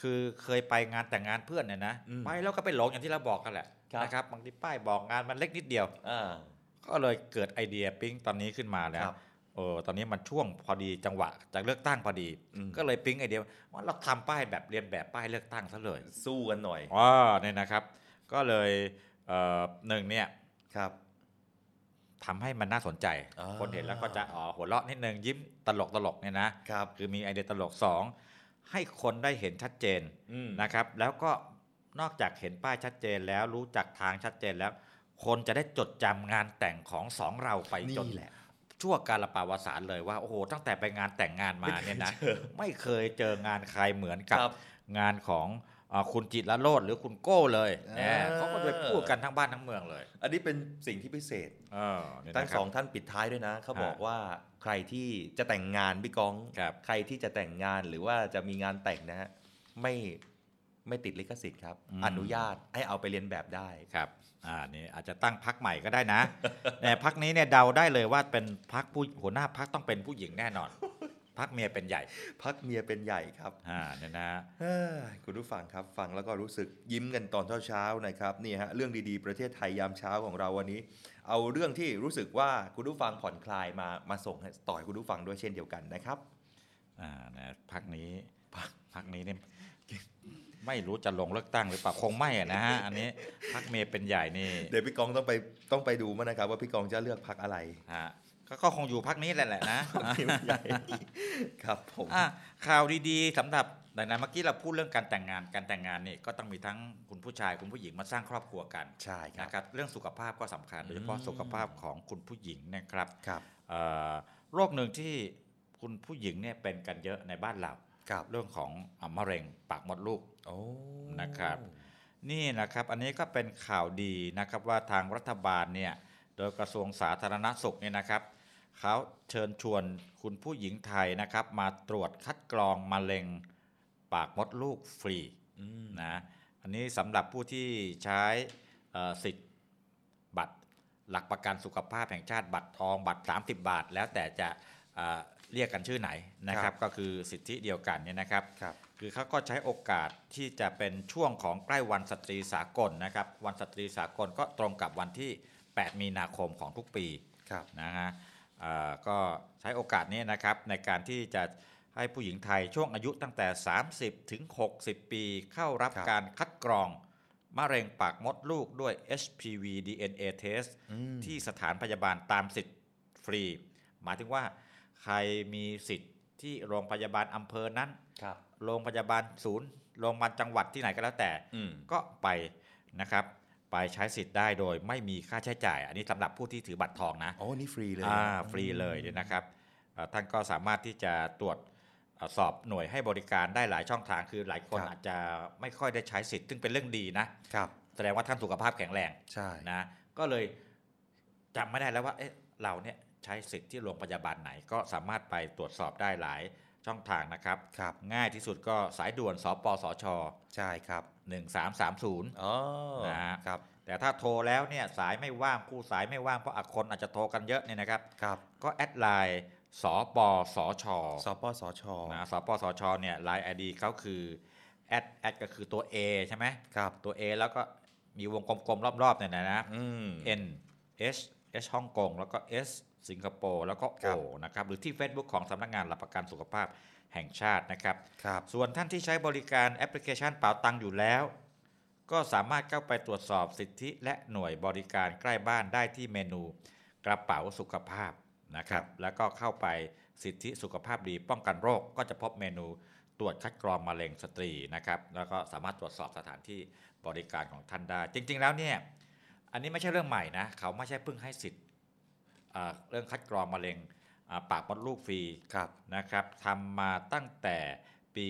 S3: คือเคยไปงานแต่งงานเพื่อนเนี่ยนะไปแล้วก็ไปหลงอย่างที่เราบอกกันแหละนะครับบางทีป้ายบอกงานมันเล็กนิดเดียวก็เลยเกิดไอเดียปิ๊งตอนนี้ขึ้นมาแล้วเออตอนนี้มันช่วงพอดีจังหวะจากเลือกตั้งพอดี ก็เลยปิ๊งไอเดียว่าเราทำป้ายแบบเรียนแบบป้ายเลือกตั้งซะเลย
S13: สู้กันหน่อย
S3: อ๋อเนี่ยนะครับ ก็เลยเอ่อหนึ่งเนี่ย
S13: ครับ
S3: ทำให้มันน่าสนใจ คนเห็นแล้วก็จะอ๋อหัวเราะนิดนึงยิ้มตลกตลกเนี่ยนะครับคือมีไอเดียตลกสองให้คนได้เห็นชัดเจน
S13: อืม
S3: นะครับ แล้วก็นอกจากเห็นป้ายชัดเจนแล้วรู้จักทางชัดเจนแล้ว คนจะได้จดจำงานแต่งของสองเราไปจนชั่วการละปาวสารเลยว่าโอ้โหตั้งแต่ไปงานแต่งงานมาเนี่ยนะ ไม่เคยเจองานใครเหมือนกับงานของเอ่อคุณจิตละโลดหรือคุณโก้เลย
S13: เอ
S3: นะ
S13: อ
S3: เขาก็เลยพูดกันทั้งบ้านทั้งเมืองเลย
S13: อันนี้เป็นสิ่งที่พิเศษ
S3: เออเนี่ย
S13: ทั้ง
S3: นะครับ
S13: สองท่านปิดท้ายด้วยนะเขาบอกว่าใครที่จะแต่งงานพี่กองใครที่จะแต่งงานหรือว่าจะมีงานแต่งนะฮะไม่ไม่ติดลิขสิทธิ์ครับ
S3: อืม
S13: อนุญาตให้เอาไปเรียนแบบได้
S3: ครับอ่านี่อาจจะตั้งพักใหม่ก็ได้นะ แต่พักนี้เนี่ยเดาได้เลยว่าเป็นพักผู้หัวหน้าพักต้องเป็นผู้หญิงแน่นอน พักเมียเป็นใหญ่
S13: พักเมียเป็นใหญ่ครับ
S3: อ่าเนี่ยนะ
S13: เอ้ยคุณผู้ฟังครับฟังแล้วก็รู้สึกยิ้มกันตอนเช้าๆนะครับนี่ฮะเรื่องดีๆประเทศไทยยามเช้าของเราวันนี้ เอาเรื่องที่รู้สึกว่าคุณผู้ฟังผ่อนคลายมามาส่งให้ต่อยคุณผู้ฟังด้วยเช่นเดียวกันนะครับ
S3: อ่านะพักนี้พักพักนี้เนี่ยไม่รู้จะลงเลือกตั้งหรือเปล่าคงไม่อะนะฮะอันนี้พักเมย์เป็นใหญ่นี่
S13: เดี๋ยวพี่กองต้องไปต้องไปดูมั้งนะครับ ว่าพี่กองจะเลือกพักอะไร
S3: ฮะก็ก็คงอยู่พักนี้แหละแหละนะ
S13: ใหญ่ ครับผม
S3: อ่ะข่าวดีๆสำหรับไหนๆเมื่อกี้เราพูดเรื่องการแต่งงานการแต่งงานนี่ก็ต้องมีทั้งคุณผู้ชายคุณผู้หญิงมาสร้างครอบครัวกัน
S13: ใช่ครับ
S3: นะครับเรื่องสุขภาพก็สำคัญโดยเฉพาะสุขภาพของคุณผู้หญิงนะครับ
S13: ครับ
S3: เอ่อโรคหนึ่งที่คุณผู้หญิงเนี่ยเป็นกันเยอะในบ้านเรา
S13: ครับ
S3: เรื่องของอ่ะมะเร็งปากมดลูก
S13: โอ้
S3: นะครับนี่นะครับอันนี้ก็เป็นข่าวดีนะครับว่าทางรัฐบาลเนี่ยโดยกระทรวงสาธารณสุขเนี่ยนะครับเขาเชิญชวนคุณผู้หญิงไทยนะครับ มาตรวจคัดกรองมะเร็งปากมดลูกฟรีนะอันนี้สำหรับผู้ที่ใช้เอ่อสิทธิ์บัตร หลักประกันสุขภาพแห่งชาติบัตรทองบัตร 30 บาท แล้วแต่จะเอ่อเรียกกันชื่อไหนนะค
S13: ครั
S3: รับบ ก็คือสิทธิเดียวกันเนี่ยนะครับ คือเขาก็ใช้โอกาสที่จะเป็นช่วงของใกล้วันสตรีสากลนะครับ วันสตรีสากลก็ตรงกับวันที่ 8 มีนาคมของทุกปีนะฮะเอ่อก็ใช้โอกาสนี้นะครับในการที่จะให้ผู้หญิงไทยช่วงอายุตั้งแต่ 30 ถึง 60 ปีเข้ารับการคัดกรอง มะเร็งปากมดลูกด้วย HPV DNA test ที่สถานพยาบาลตามสิทธิ์ฟรี หมายถึงว่าใครมีสิทธิ์ที่โรงพยาบาลอำเภอนั้น โรงพยาบาลศูนย์ โรงพยาบาลจังหวัดที่ไหนก็แล้วแต่
S13: อืม
S3: ก็ไปนะครับ ไปใช้สิทธิ์ได้โดยไม่มีค่าใช้จ่าย อันนี้สำหรับผู้ที่ถือบัตรทองนะ
S13: อ๋อ นี่ฟรีเลย
S3: อ่า
S13: อืม
S3: ฟรีเลยเนี่ยนะครับเอ่อท่านก็สามารถที่จะตรวจเอ่อสอบหน่วยให้บริการได้หลายช่องทางคือหลายคนอาจจะไม่ค่อยได้ใช้สิทธิ์ซึ่งเป็นเรื่องดีนะแสดงว่าท่านสุขภาพแข็งแรง
S13: ใช่
S3: นะก็เลยจำไม่ได้แล้วว่าเอ๊ะเราเนี่ยใช้สิทธิ์ที่โรงพยาบาลไหนก็สามารถไปตรวจสอบได้หลายช่องทางนะครับ ง่ายที่สุดก็สายด่วนสปสช
S13: ใช่ครับ
S3: 1330
S13: อ๋อ
S3: นะฮะแต่ถ้าโทรแล้วเนี่ยสายไม่ว่างผู้สายไม่ว่างเพราะอักคนอาจจะโทรกันเยอะเนี่ยนะครับ ก็แอดไลน์สปสช
S13: สปสช
S3: นะสปสชเนี่ยไลน์ไอดีเขาคือแอดแอดก็คือตัว A ใช่ไหม
S13: ครับ
S3: ตัว A แล้วก็มีวงกลมๆรอบๆเนี่ยนะนะ N H H ฮ่องกงแล้วก็ S สิงคโปร์แล้วก็ O นะครับหรือที่ Facebook ของสำนักงานหลักประกันสุขภาพแห่งชาตินะครับ ส่วนท่านที่ใช้บริการแอปพลิเคชันเป๋าตังอยู่แล้ว ก็สามารถเข้าไปตรวจสอบสิทธิและหน่วยบริการใกล้บ้านได้ที่เมนูกระเป๋าสุขภาพนะครับ แล้วก็เข้าไปสิทธิสุขภาพดีป้องกันโรค ก็จะพบเมนูตรวจคัดกรองมะเร็งสตรีนะครับ แล้วก็สามารถตรวจสอบสถานที่บริการของท่านได้ จริง ๆ แล้วเนี่ย อันนี้ไม่ใช่เรื่องใหม่นะ เขาไม่ใช่เพิ่งให้สิทธิ์อ่าเรื่องคัดกรองมะเร็งอ่าปากมดลูกฟรีนะครับทำมาตั้งแต่ปี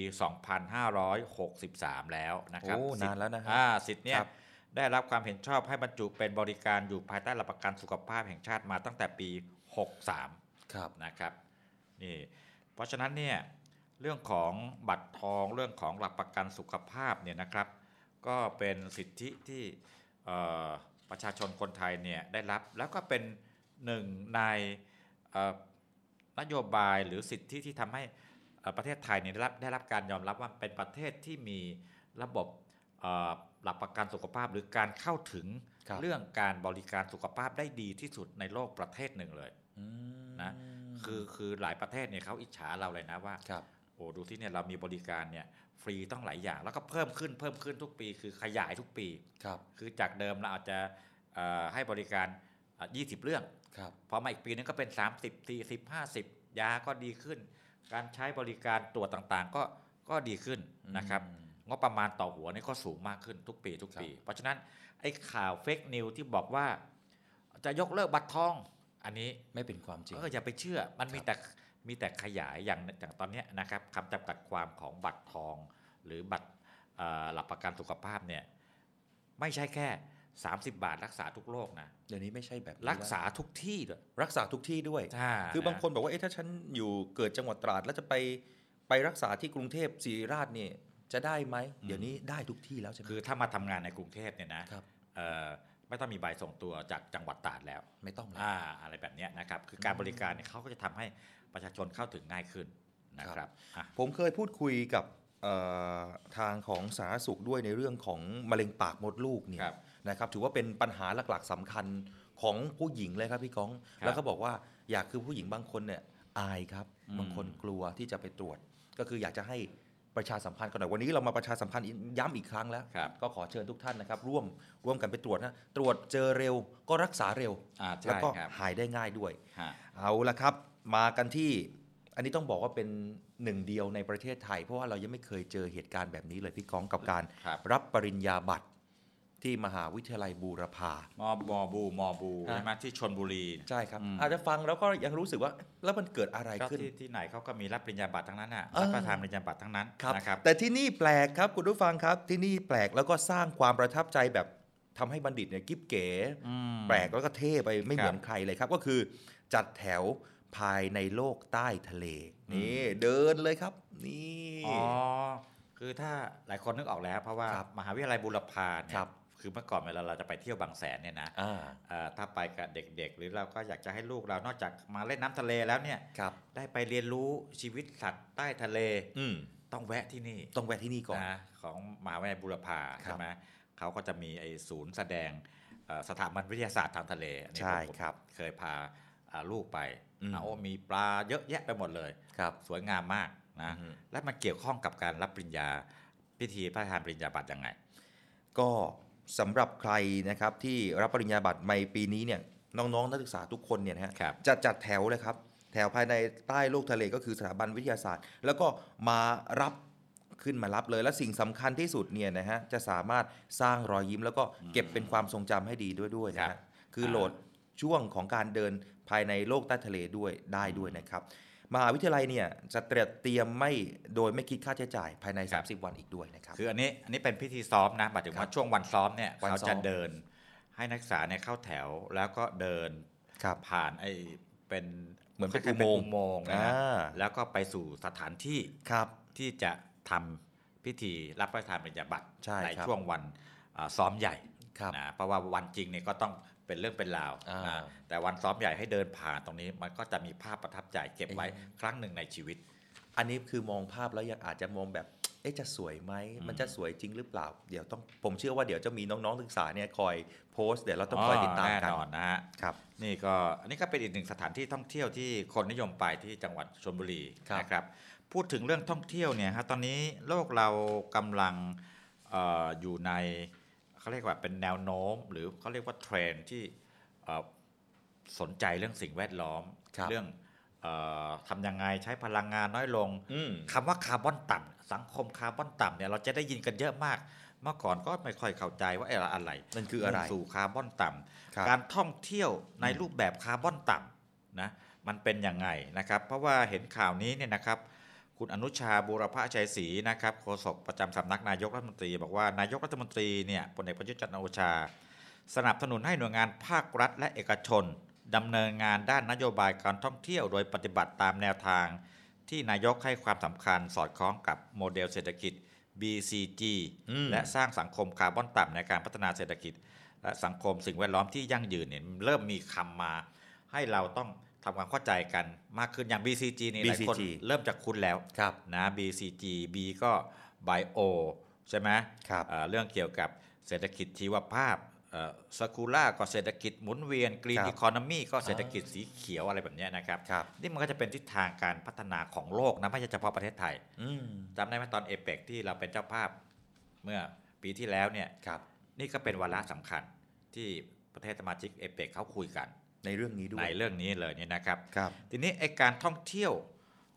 S3: 2563 แล้วนะครับ
S13: โอ้
S3: สิท
S13: นาน
S3: ธิ์
S13: แล้วนะฮะ
S3: อ่าสิทธิ์เนี่
S13: ค
S3: ย
S13: รับ
S3: ได้รับความเห็นชอบให้บรรจุเป็นบริการอยู่ภายใต้หลักประกันสุขภาพแห่งชาติมาตั้งแต่ปี 63
S13: ครับ
S3: นะครับนี่เพราะฉะนั้นเนี่ยเรื่องของบัตรทองเรื่องของหลักประกันสุขภาพเนี่ยนะครับ ก็เป็นสิทธิที่ เอ่อประชาชนคนไทยเนี่ยได้รับแล้วก็เป็นหนึ่งในเอ่อนโยบายหรือสิทธิที่ทำให้เอ่อประเทศไทยเนี่ยได้รับได้รับการยอมรับว่าเป็นประเทศที่มีระบบเอ่อหลักประกันสุขภาพหรือการเข้าถึงเรื่องการบริการสุขภาพได้ดีที่สุดในโลกประเทศหนึ่งเลยนะคือคือหลายประเทศเนี่ยเขาอิจฉาเราเลยนะว่าโอ้ดูที่เนี่ยเรามีบริการเนี่ยฟรีต้องหลายอย่าง แล้วก็เพิ่มขึ้นเพิ่มขึ้นทุกปี คือขยายทุกปี
S13: ครับ
S3: คือจากเดิมเราอาจจะเอ่อให้บริการอ่ะ20 เรื่อง
S13: ครับ
S3: พอมาอีกปีนึงก็เป็น 30 40 50 ยาก็ดีขึ้น การใช้บริการตรวจต่างๆ ก็ก็ดีขึ้นนะครับงบประมาณต่อหัวนี่ก็สูงมากขึ้นทุกปีทุกปี เพราะฉะนั้น ไอ้ข่าวเฟกนิวที่บอกว่า จะยกเลิกบัตรทอง อันนี้
S13: ไม่เป็นความจริง
S3: เอออย่าไปเชื่อ มันมีแต่มีแต่ขยายอย่างอย่างตอนเนี้ยนะครับคำจำกัดความของบัตรทอง หรือบัตรเอ่อหลักประกันสุขภาพเนี่ย ไม่ใช่แค่ 30 บาทรักษาทุกโรคนะ
S13: เดี๋ยวนี้ไม่ใช่แบบนี้
S3: รักษา
S13: แล้ว
S3: ทุกที่ด้วย
S13: รักษาทุกที่ด้วย
S3: อ่า
S13: คือบางคนบอกว่า เอ๊ะ ถ้าฉันอยู่เกิดจังหวัดตราด แล้วจะไปไปรักษาที่กรุงเทพศรีราชเนี่ยจะได้ไหม
S3: อืม
S13: เดี๋ยวนี้ได้ทุกที่แล้วใช่ไหม
S3: คือถ้ามาทำงานในกรุงเทพเนี่ยนะเอ่อไม่ต้องมีใบส่งตัวจากจังหวัดตราดแล้ว
S13: ไม่ต้องแล้ว
S3: อ่าอะไรแบบเนี้ยนะครับ คือการ
S13: อืม
S3: บริการเนี่ยเขาก็จะทำให้ประชาชนเข้าถึงง่ายขึ้นนะครับอ่ะ
S13: ผมเคยพูดคุยกับเอ่อทางของสาธารณสุขด้วยในเรื่องของมะเร็งปากมดลูกเนี่ยนะครับถือว่าเป็นปัญหาหลักๆสำคัญของผู้หญิงเลยครับพี่ก้อง
S3: ครับ
S13: แล้วก็บอกว่าอยากคือผู้หญิงบางคนเนี่ยอายครับ
S3: อืม
S13: บางคนกลัวที่จะไปตรวจ ก็คืออยากจะให้ประชาสัมพันธ์กันหน่อยวันนี้เรามาประชาสัมพันธ์อีกย้ำอีกครั้งแล้ว ก็ขอเชิญทุกท่านนะครับ ร่วมร่วมกันไปตรวจนะตรวจเจอเร็วก็รักษาเร็ว
S3: อ่าใช่
S13: แล้วก็
S3: ครับ
S13: หายได้ง่ายด้วย
S3: ฮะ
S13: เอาละครับ มากันที่อันนี้ต้องบอกว่าเป็นหนึ่งเดียวในประเทศไทย เพราะว่าเรายังไม่เคยเจอเหตุการณ์แบบนี้เลยพี่ก้องกับการ
S3: ครับ
S13: รับปริญญาบัตรที่มหาวิทยาลัยบูรพา
S3: มอมอบูมอบู
S13: ฮะ
S3: ใช่ไหมที่ชนบุรี
S13: ใช่ครับ
S3: ม
S13: อาจจะฟังแล้วก็ยังรู้สึกว่า แล้วมันเกิดอะไร
S3: ก็
S13: ขึ้น
S3: ที่ที่ไหนเขาก็มีรับปริญญาบัตรทั้งนั้นอ่ะ
S13: เออ
S3: รับประทานปริญญาบัตรทั้งนั้นนะครับ
S13: แต่ที่นี่แปลกครับคุณผู้ฟังครับ ที่นี่แปลกแล้วก็สร้างความประทับใจแบบทำให้บัณฑิตเนี่ยกิ๊บเก๋
S3: อืม
S13: แปลกแล้วก็เท่ไปไม่
S3: ครับ
S13: เหมือนใครเลยครับก็คือ จัดแถวภายในโลกใต้ทะเล
S3: อืม
S13: นี่เดินเลยครับ นี่
S3: อ๋อ คือถ้าหลายคนนึกออกแล้ว เพราะว่ามหาวิทยาลัยบุรพาเนี่ย คือเมื่อก่อนเวลาเราจะไปเที่ยวบางแสนเนี่ยนะ
S13: อ่า
S3: เอ่อถ้าไปกับเด็กๆ หรือเราก็อยากจะให้ลูกเรานอกจากมาเล่นน้ำทะเลแล้วเนี่ยได้ไปเรียนรู้ชีวิตสัตว์ใต้ทะเล
S13: อืม
S3: ต้องแวะที่นี่
S13: ต้องแวะที่นี่ก่อน
S3: นะของมหาวิทยาลัยบุรพาใช่ไหมเขาก็จะมีไอ้ศูนย์แสดงเอ่อสถาบันวิทยาศาสตร์ทางทะเลอันนี้
S13: ใช่
S3: ผม
S13: ครับ
S3: เคยพาอ่าลูกไป
S13: อืม
S3: อ่าโอ้มีปลาเยอะแยะไปหมดเลยสวยงามมากนะและมันเกี่ยวข้องกับการรับปริญญาพิธีพระราชทานปริญญาบัตรยังไง
S13: ก็สำหรับใครนะครับที่รับปริญญาบัตรในปีนี้เนี่ยน้องๆนักศึกษาทุกคนเนี่ยนะฮะจะจัดแถวเลยครับ แถวภายในใต้โลกทะเลก็คือสถาบันวิทยาศาสตร์ แล้วก็มารับขึ้นมารับเลย และสิ่งสำคัญที่สุดเนี่ยนะฮะจะสามารถสร้างรอยยิ้ม แล้วก็เก็บเป็นความทรงจำให้ดีด้วยด้วยนะฮะคือโหลดช่วงของการเดินภายในโลกใต้ทะเลด้วยได้ด้วยนะครับมหาวิทยาลัยเนี่ยจะเตรียมไม่โดยไม่คิดค่าใช้จ่ายภายใน 30 วันอีกด้วยนะครับ
S3: คืออันนี้อันนี้เป็นพิธีซ้อมนะหมายถึงว่าช่วงวันซ้อมเนี่ย
S13: วัน
S3: เขา
S13: ซ้อม
S3: จะเดินให้นักศึกษาเนี่ยเข้าแถวแล้วก็เดินผ่านไอ้เป็น
S13: เหมือนเป็น
S3: คล้ายๆ
S13: อุโมงค์
S3: อุโมงค์นะฮะ
S13: อ่า
S3: แล้วก็ไปสู่สถานที่ที่จะทำพิธีรับพระราชทานปริญญาบัตร
S13: ใช่
S3: ใน
S13: ครับ
S3: ช่วงวันเอ่อซ้อมใหญ่นะเพราะว่าวันจริงเนี่ยก็ต้องเป็นเรื่องเป็นราวนะแต่วันซ้อมใหญ่ให้เดินผ่านตรงนี้ มันก็จะมีภาพประทับใจเก็บไว้
S13: เอ๊ะ
S3: ครั้งหนึ่งในชีวิต
S13: อันนี้คือมองภาพแล้วยังอาจจะมองแบบ เอ๊ะจะสวยไหม
S3: อืม
S13: มันจะสวยจริงหรือเปล่า เดี๋ยวต้องผมเชื่อว่าเดี๋ยวจะมีน้องๆนักศึกษาเนี่ยคอยโพสต์เดี๋ยวเราต้องคอยติดตามกัน
S3: แน่นอนนะฮะ
S13: ครับ
S3: นี่ก็อันนี้ก็เป็นอีกหนึ่งสถานที่ท่องเที่ยวที่คนนิยมไปที่จังหวัดชลบุรีนะครับ พูดถึงเรื่องท่องเที่ยวเนี่ยฮะตอนนี้โลกเรากำลังเอออยู่ในเขาเรียกว่าเป็นแนวโน้ม หรือเขาเรียกว่าเทรนด์ที่เอ่อสนใจเรื่องสิ่งแวดล้อม เรื่องเออทำยังไงใช้พลังงานน้อยลงคำว่าคาร์บอนต่ำสังคมคาร์บอนต่ำเนี่ยเราจะได้ยินกันเยอะมาก เมื่อก่อนก็ไม่ค่อยเข้าใจว่าไอ้อะไร
S13: นั่นคืออะไร
S3: สู่คาร์บอนต่ำการท่องเที่ยวในรูปแบบคาร์บอนต่ำนะมันเป็นยังไงนะครับ เพราะว่าเห็นข่าวนี้เนี่ยนะครับ คุณอนุชาบูรพชัยศรีนะครับโฆษกประจำสำนักนายกรัฐมนตรี บอกว่านายกรัฐมนตรีเนี่ยพลเอกประยุทธ์จันทร์โอชา สนับสนุนให้หน่วยงานภาครัฐและเอกชนดำเนินงานด้านนโยบายการท่องเที่ยวโดยปฏิบัติตามแนวทาง ที่นายกให้ความสำคัญสอดคล้องกับโมเดลเศรษฐกิจ BCG
S13: อืม
S3: และสร้างสังคมคาร์บอนต่ำในการพัฒนาเศรษฐกิจ และสังคมสิ่งแวดล้อมที่ยั่งยืนเนี่ยเริ่มมีคำมา ให้เราต้องทำความเข้าใจกันมากขึ้นอย่าง BCG นี่หลายคน
S13: BCG
S3: เริ่มจากคุณแล้วนะ BCG B ก็ Bio ใช่ไหมครับเรื่องเกี่ยวกับเศรษฐกิจชีวภาพสกูล่า Circular ก็เศรษฐกิจหมุนเวียนกรีนอี o ค o นมีก็เศรษฐกิจสีเขียวอะไรแบบเนี้ยนะครับ นี่มันก็จะเป็นทิศทางการพัฒนาของโลกนะ ไม่ใช่เฉพาะประเทศไทย
S13: อืม
S3: จำได้ไหมตอนเอเปกที่เราเป็นเจ้าภาพเมื่อปีที่แล้วเนี่ยนี่ก็เป็นวาระสำคัญที่ประเทศสมาชิกเอเปกเขาคุยกัน
S13: ในเรื่องนี้ด้วย
S3: ในเรื่องนี้เลยเนี่ยนะครับ
S13: ครับ
S3: ทีนี้ไอการท่องเที่ยว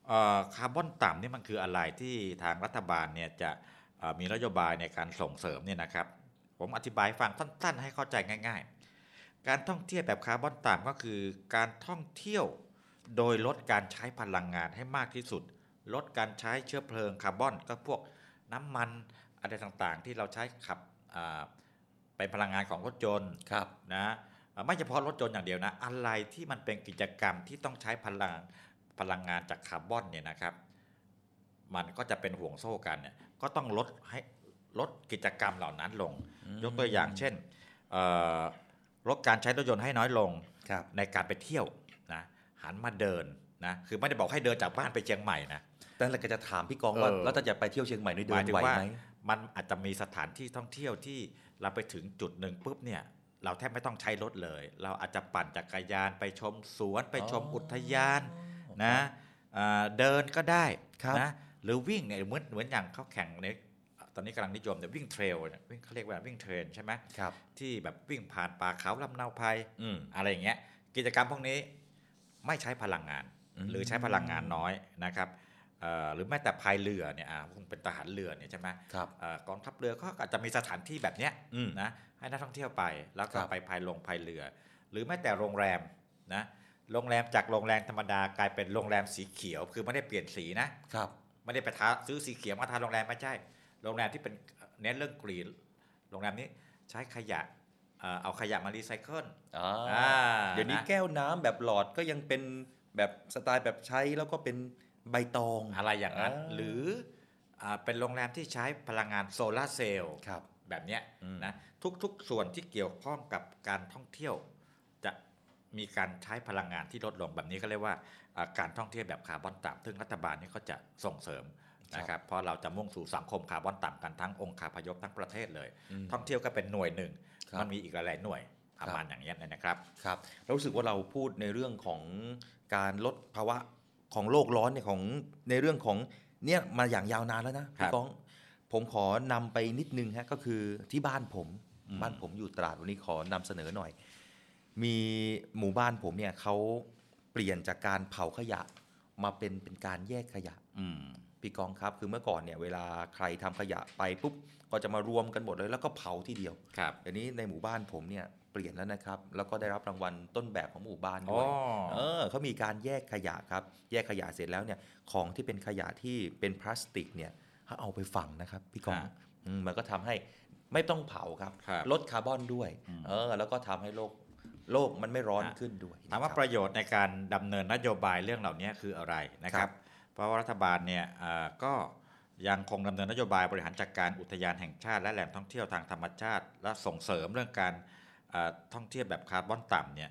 S3: เอ่อคาร์บอนต่ำนี่มันคืออะไรที่ทางรัฐบาลเนี่ยจะเอ่อมีนโยบายในการส่งเสริมเนี่ยนะครับ ผมอธิบายให้ฟังสั้นๆ ให้เข้าใจง่าย ๆ การท่องเที่ยวแบบคาร์บอนต่ำก็คือการท่องเที่ยวโดยลดการใช้พลังงานให้มากที่สุด ลดการใช้เชื้อเพลิงคาร์บอน ก็พวกน้ำมันอะไรต่างๆ ที่เราใช้ขับอ่าเป็นพลังงานของรถยนต์นะเอ่อไม่เฉพาะรถยนต์อย่างเดียวนะ อะไรที่มันเป็นกิจกรรมที่ต้องใช้พลังพลังงานจากคาร์บอนเนี่ยนะครับ มันก็จะเป็นห่วงโซ่กันเนี่ยก็ต้องลดให้ลดกิจกรรมเหล่านั้นลง
S13: อืม
S3: ยกตัวอย่างเช่นเอ่อลดการใช้รถยนต์ให้น้อยลงในการไปเที่ยวนะหันมาเดินนะคือไม่ได้บอกให้เดินจากบ้านไปเชียงใหม่นะ
S13: แต่เราก็จะถามพี่กองว่า
S3: เออ
S13: แล้วถ้าจะไปเที่ยวเชียงใหม่นี่เดิ
S3: หมาย
S13: น
S3: ถึง
S13: ไหว
S3: ว่า
S13: ไหม
S3: มันอาจจะมีสถานที่ท่องเที่ยวที่เราไปถึงจุดหนึ่งปุ๊บเนี่ย เราแทบไม่ต้องใช้รถเลย เราอาจจะปั่นจักรยานไปชมสวนไปชมอุทยานนะเอ่อเดินก็ได้นะหรือวิ่งเนี่ยเหมือนเหมือนอย่างเขาแข่งในตอนนี้กำลังนิยมเนี่ยวิ่งเทรลเนี่ยวิ่งเขาเรียกว่าวิ่งเทรนใช่ไหมที่แบบวิ่งผ่านป่าเขาลำเนาภัย
S13: อืม
S3: อะไรอย่างเงี้ยกิจกรรมพวกนี้ไม่ใช้พลังงาน หรือใช้พลังงานน้อยนะครับ เอ่อหรือแม้แต่พายเรือเนี่ยอ่าคุณเป็นทหารเรือเนี่ยใช่ไหม
S13: ครับ
S3: เอ่อกองทัพเรือก็อาจจะมีสถานที่แบบเนี้ย
S13: อืม
S3: นะให้นักท่องเที่ยวไปแล้วก็ไปพายลงพายเรือ หรือแม้แต่โรงแรมนะโรงแรมจากโรงแรมธรรมดากลายเป็นโรงแรมสีเขียว คือไม่ได้เปลี่ยนสีนะครับ ไม่ได้ไปทาซื้อสีเขียวมาทาโรงแรมไม่ใช่ โรงแรมที่เป็นเน้นเรื่องกรีนโรงแรมนี้ใช้ขยะเอ่อเอาขยะมารีไซเคิล อ่า
S13: เดี๋ยวนี้
S3: นะ
S13: แก้วน้ำแบบหลอดก็ยังเป็นแบบสไตล์แบบใช้แล้วก็เป็นใบตอง
S3: อะไรอย่างนั้น หรืออาเป็นโรงแรมที่ใช้พลังงานโซลาร์เซลล์ แบบเนี้ยนะทุกๆส่วนที่เกี่ยวข้องกับการท่องเที่ยว จะมีการใช้พลังงานที่ลดลงแบบนี้ก็เรียกว่าอ่าการท่องเที่ยวแบบคาร์บอนต่ำซึ่งรัฐบาลนี่ก็จะส่งเสริมนะครับเพราะเราจะมุ่งสู่สังคมคาร์บอนต่ำกันทั้งองค์คาพยพทั้งประเทศเลย
S13: อืม
S3: ท่องเที่ยวก็เป็นหน่วยหนึ่ง
S13: ครับ
S3: มันมีอีกหลายๆหน่วยประมาณอย่างเงี้ยนะครับ
S13: ครับเรารู้สึกว่าเราพูดในเรื่องของการลดภาวะของโลกร้อนเนี่ยของในเรื่องของเนี่ยมาอย่างยาวนานแล้วนะ
S3: ครั
S13: พี่
S3: บ
S13: ก้อง ผมขอนำไปนิดนึงฮะก็คือที่บ้านผม
S3: อืม
S13: บ้านผมอยู่ตราดวันนี้ขอนำเสนอหน่อย มีหมู่บ้านผมเนี่ยเขาเปลี่ยนจากการเผาขยะมาเป็นเป็นการแยกขยะ
S3: อืม
S13: พี่กองครับคือเมื่อก่อนเนี่ยเวลาใครทำขยะไปปุ๊บก็จะมารวมกันหมดเลยแล้วก็เผาทีเดียว
S3: ครับ
S13: เดี๋ยวนี้ในหมู่บ้านผมเนี่ยเปลี่ยนแล้วนะครับ แล้วก็ได้รับรางวัลต้นแบบของหมู่บ้าน
S3: อ๋
S13: ด้วย
S3: อ
S13: เออเขามีการแยกขยะครับ แยกขยะเสร็จแล้วเนี่ยของที่เป็นขยะที่เป็นพลาสติกเนี่ยถ้าเอาไปฝังนะครับพี่กองอืมมันก็ทำให้ไม่ต้องเผาครับ ลดคาร์บอนด้วยเออแล้วก็ทำให้โลกโลกมันไม่ร้อนขึ้นด้วย
S3: ถามว่าประโยชน์ในการดำเนินนโยบายเรื่องเหล่านี้คืออะไรนะครับ เพราะว่ารัฐบาลเนี่ยเอ่อก็ยังคงดำเนินนโยบายบริหารจัดการอุทยานแห่งชาติ และแหล่งท่องเที่ยวทางธรรมชาติ และส่งเสริมเรื่องการเอ่อท่องเที่ยวแบบคาร์บอนต่ำเนี่ย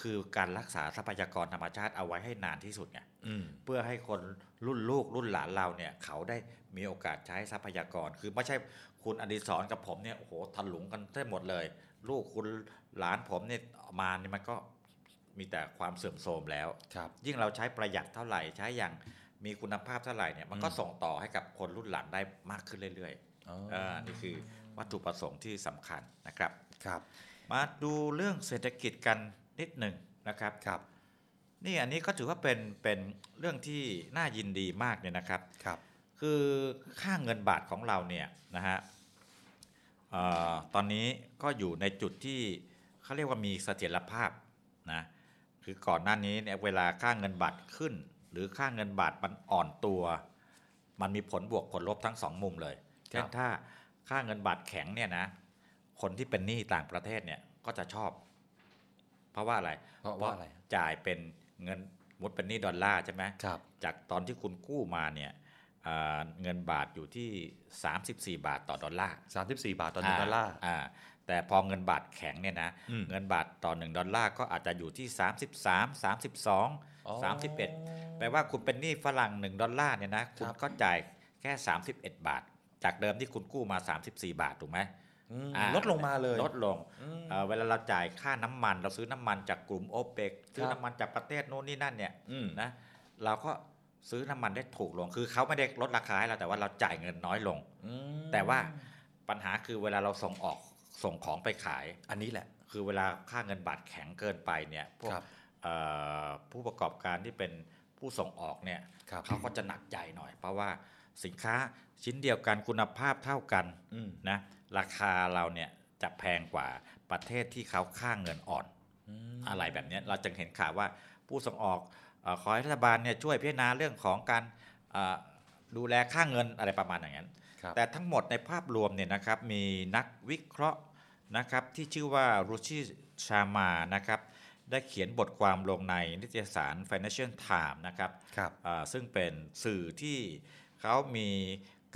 S3: คือการรักษาทรัพยากรธรรมชาติเอาไว้ให้นานที่สุดไง
S13: อืม
S3: เพื่อให้คนรุ่นลูกรุ่นหลานเราเนี่ยเขาได้มีโอกาสใช้ทรัพยากร คือไม่ใช่คุณอดิศรกับผมเนี่ยโอ้โหถลุงกันได้หมดเลย ลูกคุณหลานผมเนี่ยมาเนี่ยมันก็มีแต่ความเสื่อมโทรมแล้ว ยิ่งเราใช้ประหยัดเท่าไหร่ใช้อย่างมีคุณภาพเท่าไหร่เนี่ยมันก็ส่งต่อให้กับคนรุ่นหลังได้มากขึ้นเรื่อย
S13: อ๋อ
S3: ๆานี่คือวัตถุประสงค์ที่สำคัญนะครับ
S13: ครับ
S3: มาดูเรื่องเศรษฐกิจกันนิดหนึ่งนะครับ
S13: ครับ
S3: นี่อันนี้ก็ถือว่าเป็นเป็นเรื่องที่น่ายินดีมากเนี่ยนะครับ
S13: ครับ
S3: คือค่าเงินบาทของเราเนี่ยนะฮะเอ่อตอนนี้ก็อยู่ในจุดที่เขาเรียกว่ามีเสถียรภาพนะ คือก่อนหน้านี้เนี่ยเวลาค่าเงินบาทขึ้น หรือค่าเงินบาทมันอ่อนตัว มันมีผลบวกผลลบทั้งสองมุมเลยเช่นถ้าค่าเงินบาทแข็งเนี่ยนะ คนที่เป็นหนี้ต่างประเทศเนี่ยก็จะชอบ เพราะว่าอะไร
S13: เพราะว่าอะไร
S3: จ่ายเป็นเงินสมมุดเป็นหนี้ดอลลาร์ใช่ไหมจากตอนที่คุณกู้มาเนี่ยเอ่อเงินบาทอยู่ที่ 34 บาทต่อดอลลาร์
S13: 34 บาทต่อหนึ่งดอลลาร์
S3: อ่าแต่พอเงินบาทแข็งเนี่ยนะ
S13: อืม
S3: เงินบาทต่อ 1 ดอลลาร์ก็อาจจะอยู่ที่ 33
S13: อ๋อ
S3: 32 31 แปลว่าคุณเป็นหนี้ฝรั่ง 1 ดอลลาร์เนี่ยนะ คุณก็จ่ายแค่ 31 บาท จากเดิมที่คุณกู้มา 34 บาทถูกไหม
S13: อืม
S3: อ่า
S13: ลดลงมาเลย
S3: ลดลง
S13: อืม
S3: เอ่อเวลาเราจ่ายค่าน้ำมัน เราซื้อน้ำมันจากกลุ่มโอเปกซื้อน้ำมันจากประเทศโน่นนี่นั่นเนี่ยนะเราก็ซื้อน้ำมันได้ถูกลง คือเขาไม่ได้ลดราคาให้เราแต่ว่าเราจ่ายเงินน้อยลง
S13: อืม
S3: แต่ว่าปัญหาคือเวลาเราส่งออกส่งของไปขาย
S13: อันนี้แหละ
S3: คือเวลาค่าเงินบาทแข็งเกินไปเนี่ยพวกเอ่อผู้ประกอบการที่เป็นผู้ส่งออกเนี่ยเขาก็จะหนักใจหน่อย เพราะว่าสินค้าชิ้นเดียวกันคุณภาพเท่ากัน
S13: อืม
S3: นะราคาเราเนี่ยจะแพงกว่าประเทศที่เขาค่าเงินอ่อน อะไรแบบเนี้ยเราจึงเห็นข่าวว่าผู้ส่งออกเอ่อขอให้รัฐบาลเนี่ยช่วยพิจารณาเรื่องของการเอ่อดูแลค่าเงินอะไรประมาณอย่างนั้น แต่ทั้งหมดในภาพรวมเนี่ยนะครับมีนักวิเคราะห์นะครับที่ชื่อว่ารูชิชามานะครับได้เขียนบทความลงในนิตยสาร Financial Times นะครับเอ่อซึ่งเป็นสื่อที่เขามี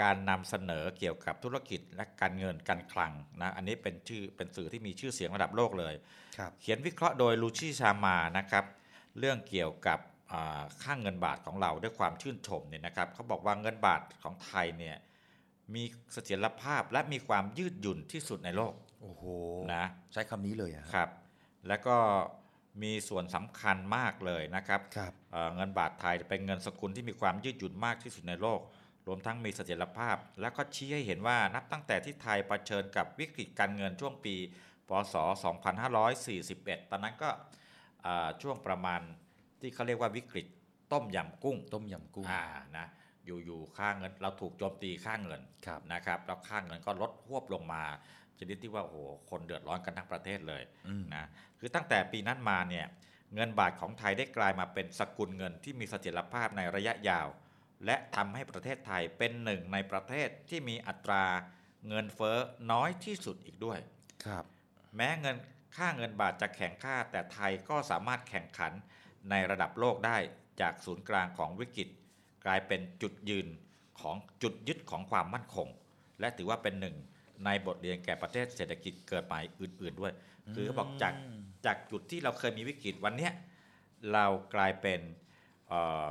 S3: การนำเสนอเกี่ยวกับธุรกิจและการเงินการคลังนะอันนี้เป็นชื่อเป็นสื่อที่มีชื่อเสียงระดับโลกเลย เขียนวิเคราะห์โดยลูชิชามานะครับ เรื่องเกี่ยวกับอ่าค่างเงินบาทของเราด้วยความชื่นชมเนี่ยนะครับเขาบอกว่าเงินบาทของไทยเนี่ยมีเสถียรภาพและมีความยืดหยุ่นที่สุดในโลก
S13: โอ้โห
S3: นะ
S13: ใช้คำนี้เลยอะ
S3: ครับ แล้วก็มีส่วนสำคัญมากเลยนะครับเอ่อเงินบาทไทยเป็นเงินสกุลที่มีความยืดหยุ่นมากที่สุดในโลก รวมทั้งมีเสถียรภาพ แล้วก็ชี้ให้เห็นว่านับตั้งแต่ที่ไทยเผชิญกับวิกฤตการเงินช่วงปี พศ 2541 ตอนนั้นก็เอ่อช่วงประมาณที่เขาเรียกว่าวิกฤตต้มยำกุ้ง
S13: ต้มยำกุ้ง
S3: อ่านะอยู่ๆค่าเงินเราถูกโจมตีค่าเงินนะครับแล้วค่าเงินก็ลดหวบลงมาชนิดที่ว่าโอ้โหคนเดือดร้อนกันทั้งประเทศเลย
S13: อืม
S3: นะคือตั้งแต่ปีนั้นมาเนี่ยเงินบาทของไทยได้กลายมาเป็นสกุลเงินที่มีเสถียรภาพในระยะยาว และทำให้ประเทศไทยเป็นหนึ่งในประเทศที่มีอัตราเงินเฟ้อน้อยที่สุดอีกด้วย
S13: ครับ
S3: แม้เงินค่าเงินบาทจะแข็งค่า แต่ไทยก็สามารถแข่งขันในระดับโลกได้จากศูนย์กลางของวิกฤต กลายเป็นจุดยืนของจุดยึดของความมั่นคง และถือว่าเป็นหนึ่ง ในบทเรียนแก่ประเทศเศรษฐกิจเกิดใหม่อื่น ๆ ด้วย คือเขาบอก
S13: อืม
S3: จากจากจุดที่เราเคยมีวิกฤตวันเนี้ยเรากลายเป็นเอ่อ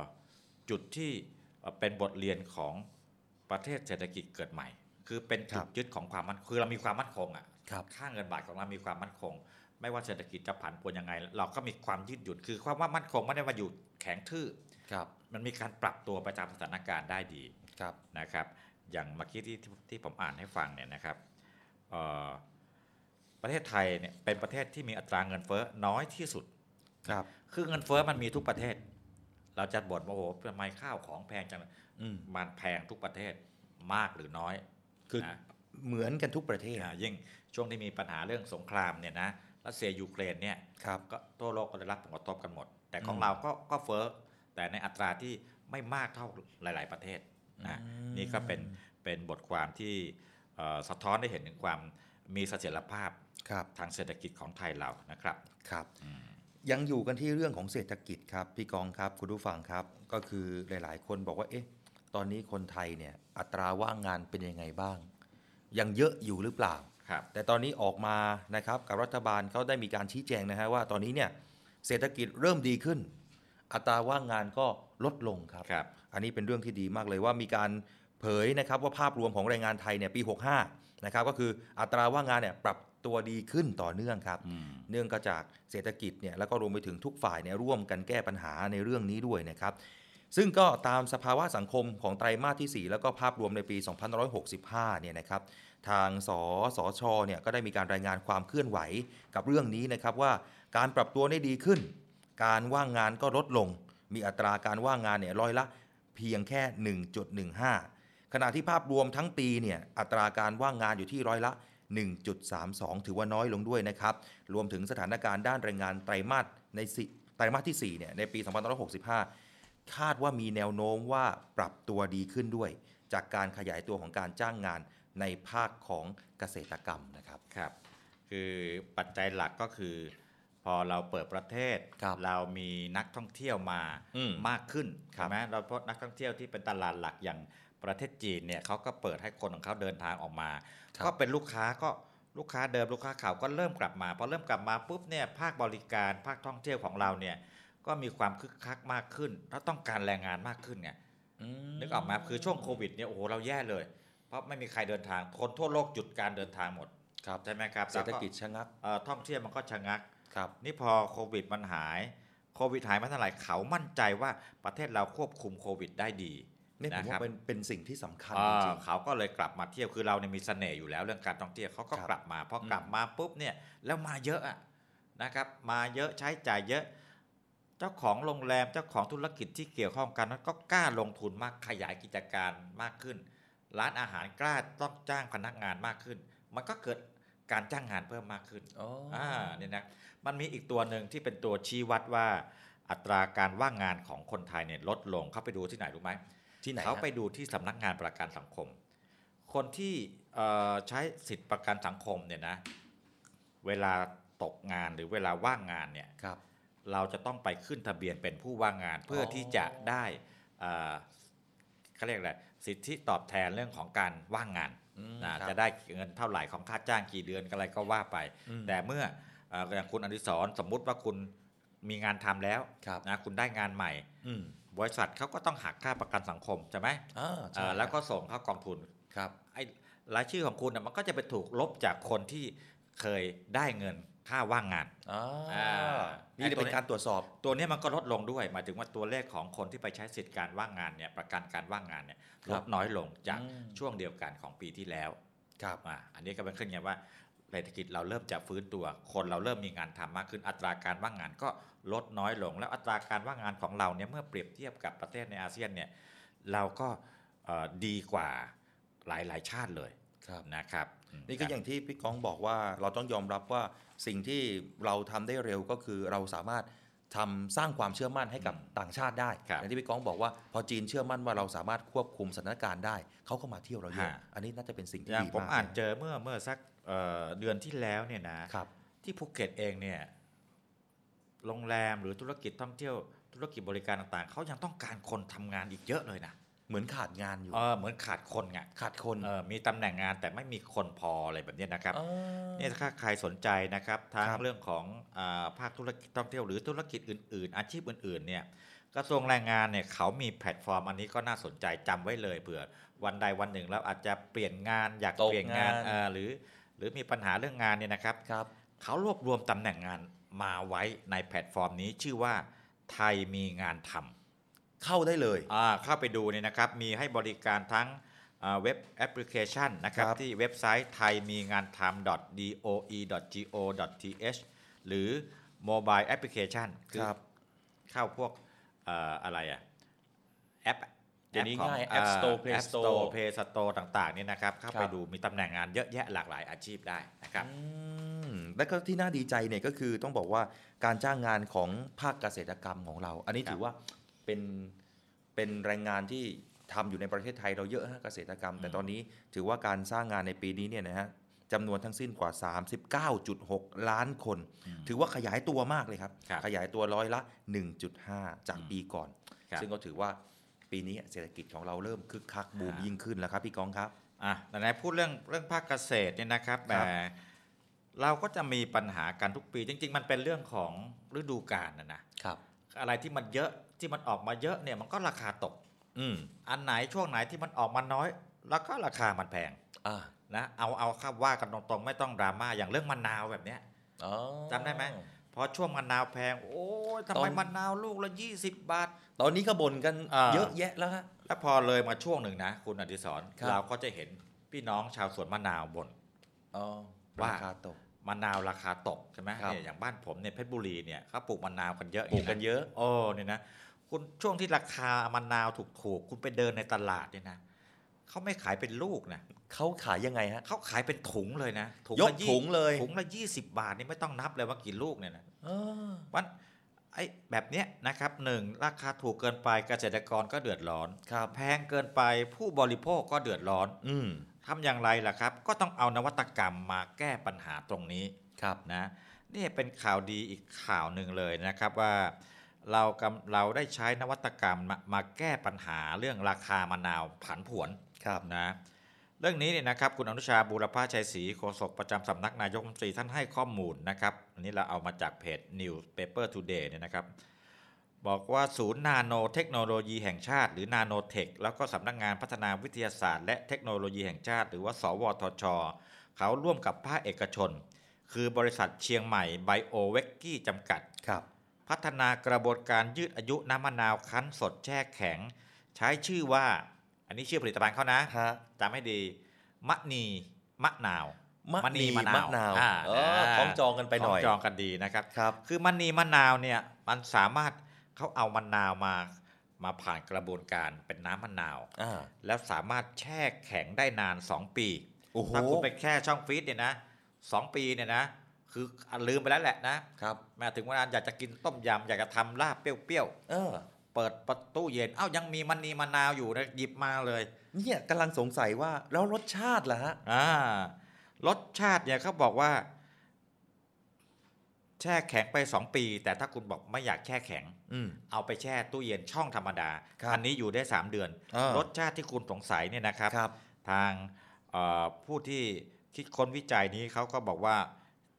S3: จุดที่เอ่อเป็นบทเรียนของประเทศเศรษฐกิจเกิดใหม่ คือเป็นจุดยึดของความมั่นคือเรามีความมั่นคงอ่ะค่าเงินบาทของเรามีความมั่นคง ไม่ว่าเศรษฐกิจจะผันผวนยังไง เราก็มีความยืดหยุ่นคือความว่ามั่นคงไม่ได้ว่าอยู่แข็งทื่อ มันมีการปรับตัวไปตามสถานการณ์ได้ดีนะครับ อย่างเมื่อกี้ที่ที่ที่ผมอ่านให้ฟังเนี่ยนะครับเอ่อประเทศไทยเนี่ยเป็นประเทศที่มีอัตราเงินเฟ้อน้อยที่สุด
S13: ครับ
S3: คือเงินเฟ้อมันมีทุกประเทศ เราจะบ่นว่าโอ้โหทำไมข้าวของแพงจัง
S13: อืม
S3: มันแพงทุกประเทศมากหรือน้อย
S13: คือ
S3: นะ
S13: เหมือนกันทุกประเทศ
S3: อ่ายิ่งช่วงที่มีปัญหาเรื่องสงครามเนี่ยนะรัสเซียยูเครนเนี่ยก็ทั่วโลกก็ได้รับผลกระทบกันหมด แต่ของ
S13: อืม
S3: เราก็ก็เฟ้อแต่ในอัตราที่ไม่มากเท่าหลาย ๆ ประเทศนะ
S13: อืม
S3: นี่ก็เป็นเป็นบทความที่เอ่อสะท้อนได้เห็นถึงความมีเสถียรภาพทางเศรษฐกิจของไทยเรานะครับ
S13: ครับ ยังอยู่กันที่เรื่องของเศรษฐกิจครับ พี่กองครับคุณผู้ฟังครับ ก็คือหลาย ๆ คนบอกว่า เอ๊ะ ตอนนี้คนไทยเนี่ยอัตราว่างงานเป็นยังไงบ้าง ยังเยอะอยู่หรือเปล่า แต่ตอนนี้ออกมานะครับกับรัฐบาลเขาได้มีการชี้แจงนะฮะว่าตอนนี้เนี่ยเศรษฐกิจเริ่มดีขึ้น อัตราว่างงานก็ลดลงครับ อันนี้เป็นเรื่องที่ดีมากเลยว่ามีการเผยนะครับว่าภาพรวมของแรงงานไทยเนี่ยปี 65 นะครับก็คืออัตราว่างงานเนี่ยปรับตัวดีขึ้นต่อเนื่องครับ เนื่องก็จากเศรษฐกิจเนี่ยแล้วก็รวมไปถึงทุกฝ่ายเนี่ยร่วมกันแก้ปัญหาในเรื่องนี้ด้วยนะครับ ซึ่งก็ตามสภาวะสังคมของไตรมาสที่ 4 แล้วก็ภาพรวมในปี 2565 เนี่ยนะครับ ทางสสช เนี่ยก็ได้มีการรายงานความเคลื่อนไหวกับเรื่องนี้นะครับว่าการปรับตัวได้ดีขึ้น การว่างงานก็ลดลง มีอัตราการว่างงานเนี่ยร้อยละเพียงแค่ 1.15 ขณะที่ภาพรวมทั้งปีเนี่ยอัตราการว่างงานอยู่ที่ร้อยละ 1.32 ถือว่าน้อยลงด้วยนะครับ รวมถึงสถานการณ์ด้านแรงงานไตรมาสในสี่ไตรมาสทีสี่4เนี่ยในปี 2565 คาดว่ามีแนวโน้มว่าปรับตัวดีขึ้นด้วย จากการขยายตัวของการจ้างงานในภาคของเกษตรกรรมนะครับ
S3: ครับ คือปัจจัยหลักก็คือ พอเราเปิดประเทศ เรามีนักท่องเที่ยวมา
S13: อืม
S3: มากขึ้นใช่ไหมเราพบนักท่องเที่ยวที่เป็นตลาดหลักอย่างประเทศจีนเนี่ยเขาก็เปิดให้คนของเขาเดินทางออกมา ก็เป็นลูกค้าก็ลูกค้าเดิมลูกค้าเก่าก็เริ่มกลับมาพอเริ่มกลับมาปุ๊บเนี่ยภาคบริการภาคท่องเที่ยวของเราเนี่ยก็มีความคึกคักมากขึ้นและต้องการแรงงานมากขึ้นไง นึกออกไหมาคือช่วงโควิดเนี่ยโอ้โหเราแย่เลย เพราะไม่มีใครเดินทางคนทั่วโลกหยุดการเดินทางหมดใช่ไหมครับ
S13: เศรษฐกิจชะงัก
S3: เอ่อท่องเที่ยวมันก็ชะงักนี่พอโควิดมันหายโควิดหายมาเท่าไหร่เขามั่นใจว่าประเทศเราควบคุมโควิดได้ดี
S13: นี่ผมว่าเป็นเป็นสิ่งที่สำคัญ
S3: อ่า
S13: จริง
S3: เขาก็เลยกลับมาเที่ยวคือเราเนี่ยมีเสน่ห์อยู่แล้วเรื่องการท่องเที่ยวเขาก็กลับมาพอกลับมาปุ๊บเนี่ยแล้วมาเยอะอะนะครับ มาเยอะใช้จ่ายเยอะ เจ้าของโรงแรมเจ้าของธุรกิจที่เกี่ยวข้องกันนั้นก็กล้าลงทุนมากขยายกิจการมากขึ้น ร้านอาหารกล้าต้องจ้างพนักงานมากขึ้น มันก็เกิดการจ้างงานเพิ่มมากขึ้นอ่าเนี่ยนะมันมีอีกตัวหนึ่งที่เป็นตัวชี้วัดว่า อัตราการว่างงานของคนไทยเนี่ยลดลงเขาไปดูที่ไหนรู้ไหม
S13: ที่ไหนฮะ
S3: เขาไปดูที่สำนักงานประกันสังคม คนที่เอ่อใช้สิทธิประกันสังคมเนี่ยนะเวลาตกงานหรือเวลาว่างงานเนี่ยเราจะต้องไปขึ้นทะเบียนเป็นผู้ว่างงานเพื่อที่จะได้เอ่อเขาเรียกอะไรสิทธิตอบแทนเรื่องของการว่างงาน
S13: อืม
S3: นะครับ จะได้เงินเท่าไหร่ของค่าจ้างกี่เดือนอะไรก็ว่าไป
S13: อืม
S3: แต่เมื่อเอ่ออย่างคุณอดิศรสมมุติว่าคุณมีงานทำแล้วนะคุณได้งานใหม่
S13: ๆอืม
S3: บริษัทเขาก็ต้องหักค่าประกันสังคมใช่ไหม
S13: อ่าใช่
S3: เอ่อแล้วก็ส่งเข้ากองทุน
S13: ครับ
S3: ไอ้รายชื่อของคุณน่ะมันก็จะไปถูกลบจากคนที่เคยได้เงินค่าว่างงานอ่า
S13: นี่จะเป็นการตรวจสอบ
S3: ตัวเนี้ยมันก็ลดลงด้วยหมายถึงว่าตัวเลขของคนที่ไปใช้สิทธิการว่างงานเนี่ยประกันการว่างงานเนี่ย
S13: ค
S3: ล
S13: รับ
S3: ดน้อยลงจาก
S13: อืม
S3: ช่วงเดียวกันของปีที่แล้ว
S13: ครับ
S3: อ่าอันนี้ก็เป็นขึ้นไงว่าเศรษฐกิจเราเริ่มจะฟื้นตัว คนเราเริ่มมีงานทำมากขึ้นอัตราการว่างงานก็ลดน้อยลง แล้วอัตราการว่างงานของเราเนี่ยเมื่อเปรียบเทียบกับประเทศในอาเซียนเนี่ยเราก็เอ่อดีกว่าหลาย ๆ ชาติเลยนะครับอืม
S13: นี่ก็อย่างที่พี่ก้องบอกว่าเราต้องยอมรับว่าสิ่งที่เราทำได้เร็วก็คือเราสามารถทำสร้างความเชื่อมั่นให้กับต่างชาติได้อย่างที่พี่ก้องบอกว่าพอจีนเชื่อมั่นว่าเราสามารถควบคุมสถานการณ์ได้เขาก็มาเที่ยวเราเยอะ
S3: ฮะ
S13: อันนี้น่าจะเป็นสิ่งที่
S3: อย่าง
S13: ดี
S3: ผม
S13: มาก
S3: อ่าน
S13: เลย
S3: เจอเมื่อเมื่อสักเอ่อเดือนที่แล้วเนี่ยนะที่ภูเก็ตเองเนี่ยโรงแรมหรือธุรกิจท่องเที่ยวธุรกิจบริการต่างๆเขายังต้องการคนทำงานอีกเยอะเลยนะ
S13: เหมือนขาดงานอยู่
S3: เออเหมือนขาดคนไง
S13: ขาดคน
S3: เออมีตำแหน่งงานแต่ไม่มีคนพออะไรแบบเนี้ยนะครับเนี่ยถ้าใครสนใจนะครับทั้งเรื่องของอาภาคธุรกิจท่องเที่ยวหรือธุรกิจอื่น ๆ อาชีพอื่น ๆ เนี่ยกระทรวงแรงงานเนี่ยเขามีแพลตฟอร์มอันนี้ก็น่าสนใจจำไว้เลยเผื่อวันใดวันหนึ่งแล้วอาจจะเปลี่ยนงานอยาก
S13: ตก
S3: เปลี่ยนงาน
S13: งาน
S3: เออหรือ หรือมีปัญหาเรื่องงานเนี่ยนะครับ เขารวบรวมตำแหน่งงานมาไว้ในแพลตฟอร์มนี้ชื่อว่าไทยมีงานทำ
S13: เข้าได้เลย
S3: อ่าเข้าไปดูเนี่ยนะครับ มีให้บริการทั้งอ่าเว็บแอปพลิเคชันนะครับ ที่เว็บไซต์ไทยมีงานทำ doe.go.th หรือ mobile application คือเข้าพวกเอ่ออะไรอะแอป
S13: เดี๋ยวนี้
S3: แขอ
S13: ง่าย App Store
S3: เอ่อ
S13: Play
S3: App
S13: Store
S3: Store Play Store ต่างๆเนี่ยนะครับ เข้า
S13: ค
S3: ไป
S13: รับ
S3: ดูมีตำแหน่งงานเยอะแยะหลากหลายอาชีพได้นะครับ
S13: อืมและก็ที่น่าดีใจเนี่ยก็คือต้องบอกว่าการจ้างงานของภาคเกษตรกรรมของเรา อันนี้ถือว่าเป็นเป็นแรงงานที่ทำอยู่ในประเทศไทยเราเยอะฮะเกษตรกรรม แต่ตอนนี้ถือว่าการสร้างงานในปีนี้เนี่ยนะฮะจำนวนทั้งสิ้นกว่า 39.6 ล้านคน ถือว่าขยายตัวมากเลยครับ ขยายตัวร้อยละ 1.5 จากปีก่อน
S3: ครับ
S13: ซึ่งก็ถือว่าปีนี้เศรษฐกิจของเราเริ่มคึกคักบูมยิ่งขึ้นแล้วครับพี่กองครับ
S3: อ่ะไหนๆพูดเรื่องเรื่องภาคเกษตรเนี่ยนะครับ
S13: ค
S3: แต่
S13: รับ
S3: เราก็จะมีปัญหากันทุกปี จริง ๆ มันเป็นเรื่องของฤดูกาลนะนะครับ อะไรที่มันเยอะที่มันออกมาเยอะเนี่ยมันก็ราคาตก
S13: อืม
S3: อันไหนช่วงไหนที่มันออกมาน้อย แล้วก็ราคามันแพง
S13: อ่า
S3: นะเอาเอาคาว่ากันตรงๆ ไม่ต้องดราม่าอย่างเรื่องมะนาวแบบเนี้ยจำได้ไหมพอช่วงมะนาวแพง โอ้ยทำไม
S13: ตอน
S3: มะนาวลูกละ 20 บาท
S13: ตอนนี้ก็บ่นกัน
S3: อ่า
S13: เยอะแยะแล้วฮะ
S3: แล้วพอเลยมาช่วงหนึ่งนะ คุณอดิศร
S13: ครับ
S3: เราก็จะเห็นพี่น้องชาวสวนมะนาวบ่น
S13: อ๋อ
S3: ว่า
S13: ราคาตก
S3: มะนาวราคาตกใช่ไหม
S13: ครับ
S3: เนี่ยอย่างบ้านผมเนี่ยเพชรบุรีเนี่ยเขาปลูกมะนาวกันเยอะ
S13: ปลูกกันเยอะ
S3: โอ้เนี่ยนะคุณช่วงที่ราคามะนาวถูกถูกๆคุณไปเดินในตลาดเนี่ยนะเขาไม่ขายเป็นลูกนะ
S13: เขาขายยังไงฮะ
S3: เขาขายเป็นถุงเลยนะถุง
S13: ยก
S3: ละ
S13: ถุงเลย
S3: ถุงละยี่สิบบาทนี่ไม่ต้องนับเลยว่ากี่ลูกเนี่ยนะ
S13: เออ
S3: วันไอ้แบบเนี้ยนะครับหนึ่งราคาถูกเกินไปเกษตรกรก็เดือดร้อนแพงเกินไปผู้บริโภคก็เดือดร้อน
S13: อืม
S3: ทำอย่างไรล่ะครับ ก็ต้องเอานวัตกรรมมาแก้ปัญหาตรงนี้
S13: ครับ
S3: นะนี่เป็นข่าวดีอีกข่าวหนึ่งเลยนะครับว่าเรากำเราได้ใช้นวัตกรรมมามาแก้ปัญหาเรื่องราคามะนาวผันผวน
S13: ครับ
S3: นะเรื่องนี้เนี่ยนะครับคุณอนุชาบูรพาชัยศรีโฆษกประจำสำนักนายกรัฐมนตรีท่านให้ข้อมูลนะครับอันนี้เราเอามาจากเพจ Newspaper Today เนี่ยนะครับ บอกว่าศูนย์นาโนเทคโนโลยีแห่งชาติ หรือนาโนเทค แล้วก็สำนักงานพัฒนาวิทยาศาสตร์และเทคโนโลยีแห่งชาติ หรือว่า สวทช เขาร่วมกับภาคเอกชน คือบริษัทเชียงใหม่ไบโอเวกกี้จำกัด
S13: ครับ
S3: พัฒนากระบวนการยืดอายุน้ำมะนาวคั้นสดแช่แข็ง ใช้ชื่อว่า อันนี้ชื่อผลิตภัณฑ์เขานะจำให้ดี มะนีมะนาว
S13: มะนีมะนาว
S3: อ่
S13: เออคล้องจองกันไปหน่อ
S3: ค
S13: ย
S3: ล้งจองกันดีนะครับ
S13: ครับ
S3: คือมะนีมะนาวเนี่ยมันสามารถเขาเอามะนาวมามาผ่านกระบวนการเป็นน้ำมะนาว
S13: อ่า
S3: แล้วสามารถแช่แข็งได้นาน 2 ปี
S13: โอ้โห
S3: ถ้าคุณไปแช่ช่องฟรีซเนี่ยนะสองปีเนี่ยนะคืออ่ะลืมไปแล้วแหละนะครับ มาถึงเวลาอยากจะกินต้มยำอยากจะทำลาบเปรี้ยว
S13: เออ
S3: ๆเปิดประตูเย็นเอ้ายังมีมะนีมะนาวอยู่นะหยิบมาเลย
S13: เนี่ยกำลังสงสัยว่าแล้วรสชาติล่ะฮะ
S3: อ่ารสชาติเนี่ยเขาบอกว่า แช่แข็งไปสองปี แต่ถ้าคุณบอกไม่อยากแช่แข็ง
S13: อืม
S3: เอาไปแช่ตู้เย็นช่องธรรมดา
S13: ครับ
S3: อันนี้อยู่ได้ 3 เดือน
S13: เออ
S3: รสชาติที่คุณสงสัยเนี่ยนะครับ ทางเอ่อผู้ที่คิดค้นวิจัยนี้เขาก็บอกว่า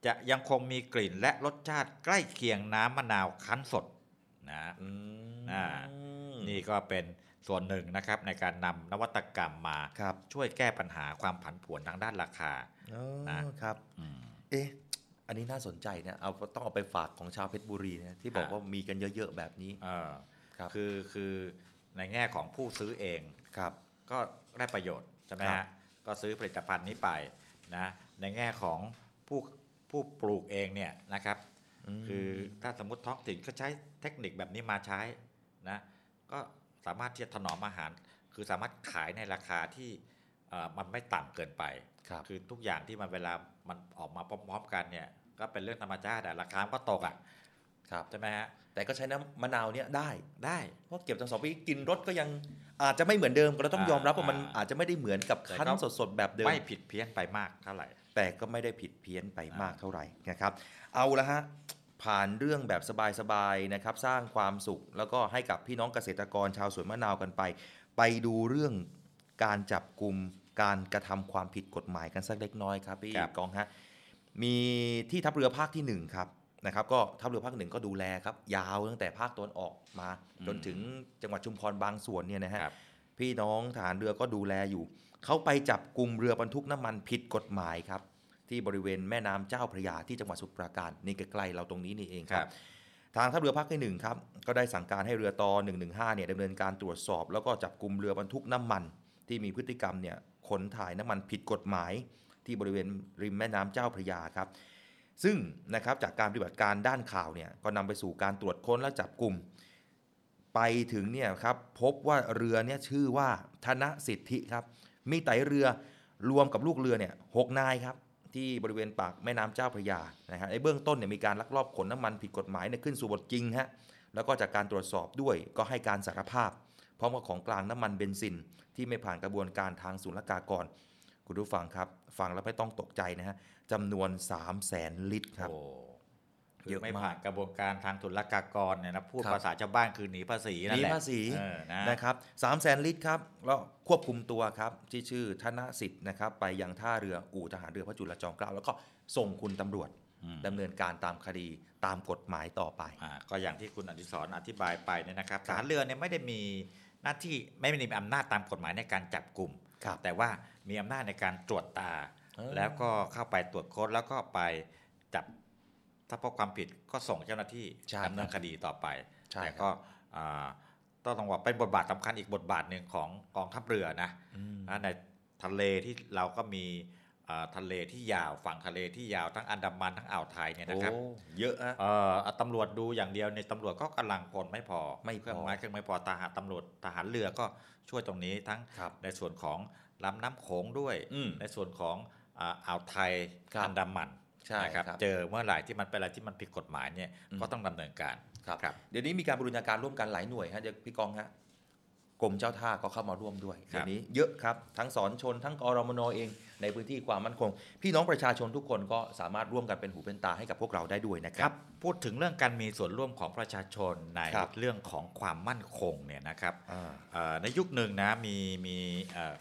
S3: จะยังคงมีกลิ่นและรสชาติใกล้เคียงน้ำมะนาวคั้นสดนะอ่านี่ก็เป็นส่วนหนึ่งนะครับ ในการนำนวัตกรรมมาช่วยแก้ปัญหาความผันผวนทางด้านราคา
S13: เออ
S3: นะ
S13: ครับ
S3: อืม
S13: เอ๊ะ อันนี้น่าสนใจนะเอาต้องเอาไปฝากของชาวเพชรบุรีนะที่บอก
S3: อ่า
S13: ว่ามีกันเยอะๆแบบนี้
S3: เออ
S13: ครับ
S3: คือคือในแง่ของผู้ซื้อเอง
S13: ครับ
S3: ก็ได้ประโยชน์ใช่ไหม
S13: ครั
S3: ฮะ
S13: บ
S3: ก็ซื้อผลิตภัณฑ์นี้ไปนะในแง่ของผู้ผู้ปลูกเองเนี่ยนะครับ
S13: อืม
S3: คือถ้าสมมติท้องถิ่นก็ใช้เทคนิคแบบนี้มาใช้นะก็สามารถที่จะถนอมอาหาร คือสามารถขายในราคาที่เอ่อมันไม่ต่ำเกินไป
S13: ครับ
S3: อทุกอย่างที่มันเวลามันออกมาพร้อมๆกันเนี่ยก็เป็นเรื่องธรรมชาติอะราคามันก็ตกอะ
S13: ครับ
S3: ใช่ไหมฮะ
S13: แต่ก็ใช้น้ำมะนาวเนี่ยได้
S3: ได้
S13: เพราะเก็บจากสองปีกินรสก็ยังอาจจะไม่เหมือนเดิมเราต้อง
S3: อ่าย
S13: อมรับว่า
S3: อ่ามั
S13: มันอาจจะไม่ได้เหมือนกับ
S3: แต่
S13: คั้น
S3: ก็
S13: สดๆแบบเดิม
S3: ไม่ผิดเพี้ยนไปมากเท่าไหร่
S13: แต่ก็ไม่ได้ผิดเพี้ยนไปมากเท่าไหร่นะครับ เอาละฮะ ผ่านเรื่องแบบสบายๆนะครับ สร้างความสุข แล้วก็ให้กับพี่น้องเกษตรกรชาวสวนมะนาวกันไป ไปดูเรื่องการจับกลุ่มการกระทำความผิดกฎหมายกันสักเล็กน้อยครับพี่กองฮะมีที่ทัพเรือภาคที่หนึ่งครับนะครับ ก็ทัพเรือภาคหนึ่งก็ดูแลครับ ยาวตั้งแต่ภาคตะวันออกมา จนถึงจังหวัดชุมพรบางส่วนเนี่ยนะฮะพี่น้องฐานเรือก็ดูแลอยู่ เขาไปจับกลุ่มเรือบรรทุกน้ำมันผิดกฎหมายครับ ที่บริเวณแม่น้ำเจ้าพระยาที่จังหวัดสมุพรปราการนี่ใกล้ๆเราตรงนี้นี่เองครับ ทางทัพเรือภาคที่หนึ่งครับ ก็ได้สั่งการให้เรือตอ115เนี่ยดำเนินการตรวจสอบ แล้วก็จับกลุ่มเรือบรรทุกน้ำมัน ที่มีพฤติกรรมเนี่ยขนถ่ายน้ำมันผิดกฎหมาย ที่บริเวณริมแม่น้ำเจ้าพระยาครับ ซึ่งนะครับจากการปฏิบัติการด้านข่าวเนี่ยก็นำไปสู่การตรวจค้นและจับกลุ่ม ไปถึงเนี่ยครับพบว่าเรือเนี่ยชื่อว่าธนสิทธิครับมีไตเรือรวมกับลูกเรือเนี่ยหกนายครับที่บริเวณปากแม่น้ำเจ้าพระยานะฮะในเบื้องต้นเนี่ยมีการลักลอบขนน้ำมันผิดกฎหมายเนี่ยขึ้นสู่บทจริงฮะแล้วก็จากการตรวจสอบด้วยก็ให้การสารภาพ พร้อมกับของกลางน้ำมันเบนซิน ที่ไม่ผ่านกระบวนการทางศุลกากร คุณผู้ฟังครับ ฟังแล้วไม่ต้องตกใจนะฮะจำนวน 3 0 0แสนลิตรครับ
S3: เยอะไม่ผ่านกระบวนการทางศุลกากรเนี่ยนะพูด
S13: ครับ
S3: ภาษาชาวบ้านคือหนีภาษีนั่น
S13: มี
S3: แหละ
S13: ภาษี
S3: เออนะ
S13: นะครับสามแสนลิตรครับแล้วควบคุมตัวครับที่ชื่อธนสิทธิ์นะครับ ไปยังท่าเรืออู่ทหารเรือพระจุลจอมเกล้าแล้วก็ส่งคุณตำรวจดำเนินการตามคดีตามกฎหมายต่อไป
S3: ก็อย่างที่คุณอดิศรอธิบายไปเนี่ยนะครับทหารเรือเนี่ยไม่ได้มีหน้าที่ไม่ได้มีอำนาจตามกฎหมายในการจับกลุ่ม แต่ว่ามีอำนาจในการตรวจตา
S13: เออ
S3: แล้วก็เข้าไปตรวจค้นแล้วก็ไปจับถ้าพบความผิดก็ส่งเจ้าหน้าที่ดำเนินคดีต่อไปแต่ก็อ่าต้องบอกว่าเป็นบทบาทสำคัญอีกบทบาทหนึ่งของกองทัพเรือนะ นะในทะเลที่เราก็มีเอ่อทะเลที่ยาวฝั่งทะเลที่ยาวทั้งอันดามันทั้งอ่าวไทยเนี่ยนะครับ
S13: โอ้เยอะฮะ
S3: เอ่อตำรวจดูอย่างเดียวในยตำรวจก็กำลังพลไม่พอ
S13: ไม่พอ
S3: เครื่องไม้เครื่องไม่พอทหารตำรวจทหารเรือก็ช่วยตรงนี้ทั้งในส่วนของลำน้ำโขงด้วย
S13: อืม
S3: ในส่วนของอ่าอ่าวไทย
S13: ครับ
S3: อันดามัน
S13: ใช่
S3: นะครับ
S13: ครับ
S3: เจอเมื่อไหร่ที่มันเป็นอะไรที่มันผิดกฎหมายเนี่ยก็ต้องดำเนินการ
S13: ครับเดี๋ยวนี้มีการบูรณาการร่วมกันหลายหน่วยฮะเดี๋ยวพี่กองฮะกรมเจ้าท่าก็เข้ามาร่วมด้วย
S3: ครับ
S13: เดี๋ยวนี้เยอะครับทั้งสอนชนทั้งกรมนเอง ในพื้นที่ความมั่นคง พี่น้องประชาชนทุกคนก็สามารถร่วมกันเป็นหูเป็นตาให้กับพวกเราได้ด้วยนะครับ
S3: พูดถึงเรื่องการมีส่วนร่วมของประชาชนใน
S13: ครับ
S3: เรื่องของความมั่นคงเนี่ยนะครับเอ่อในยุคหนึ่งนะมีมีเอ่อ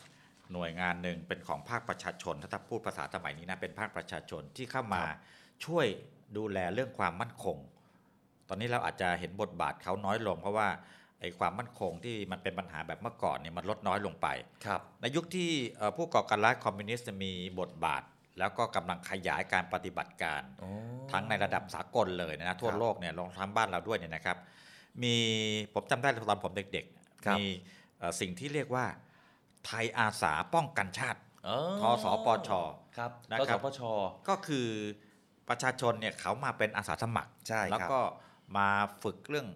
S3: หน่วยงานหนึ่งเป็นของภาคประชาชน ถ้าพูดภาษาสมัยนี้นะเป็นภาคประชาชนที่เข้ามาช่วยดูแลเรื่องความมั่นคง ตอนนี้เราอาจจะเห็นบทบาทเขาน้อยลง เพราะว่าไอ้ความมั่นคงที่มันเป็นปัญหาแบบเมื่อก่อนเนี่ยมันลดน้อยลงไป ในยุคที่เอ่อผู้ก่อการร้ายคอมมิวนิสต์มีบทบาท แล้วก็กำลังขยายการปฏิบัติการ ทั้งในระดับสากลเลยนะทั่วโลกเนี่ยรองทั้งบ้านเราด้วยเนี่ยนะครับ มีผมจำได้ตอนผมเด็ก
S13: ครั
S3: ๆ
S13: บ
S3: มีเอ่อสิ่งที่เรียกว่าไทยอาสาป้องกันชาติทสปช
S13: ครับ
S3: นะ
S13: ทสปช
S3: ก็คือประชาชนเนี่ยเขามาเป็นอาสาสมัคร
S13: ใช่ครับ
S3: แล้วก็มาฝึกเรื่อง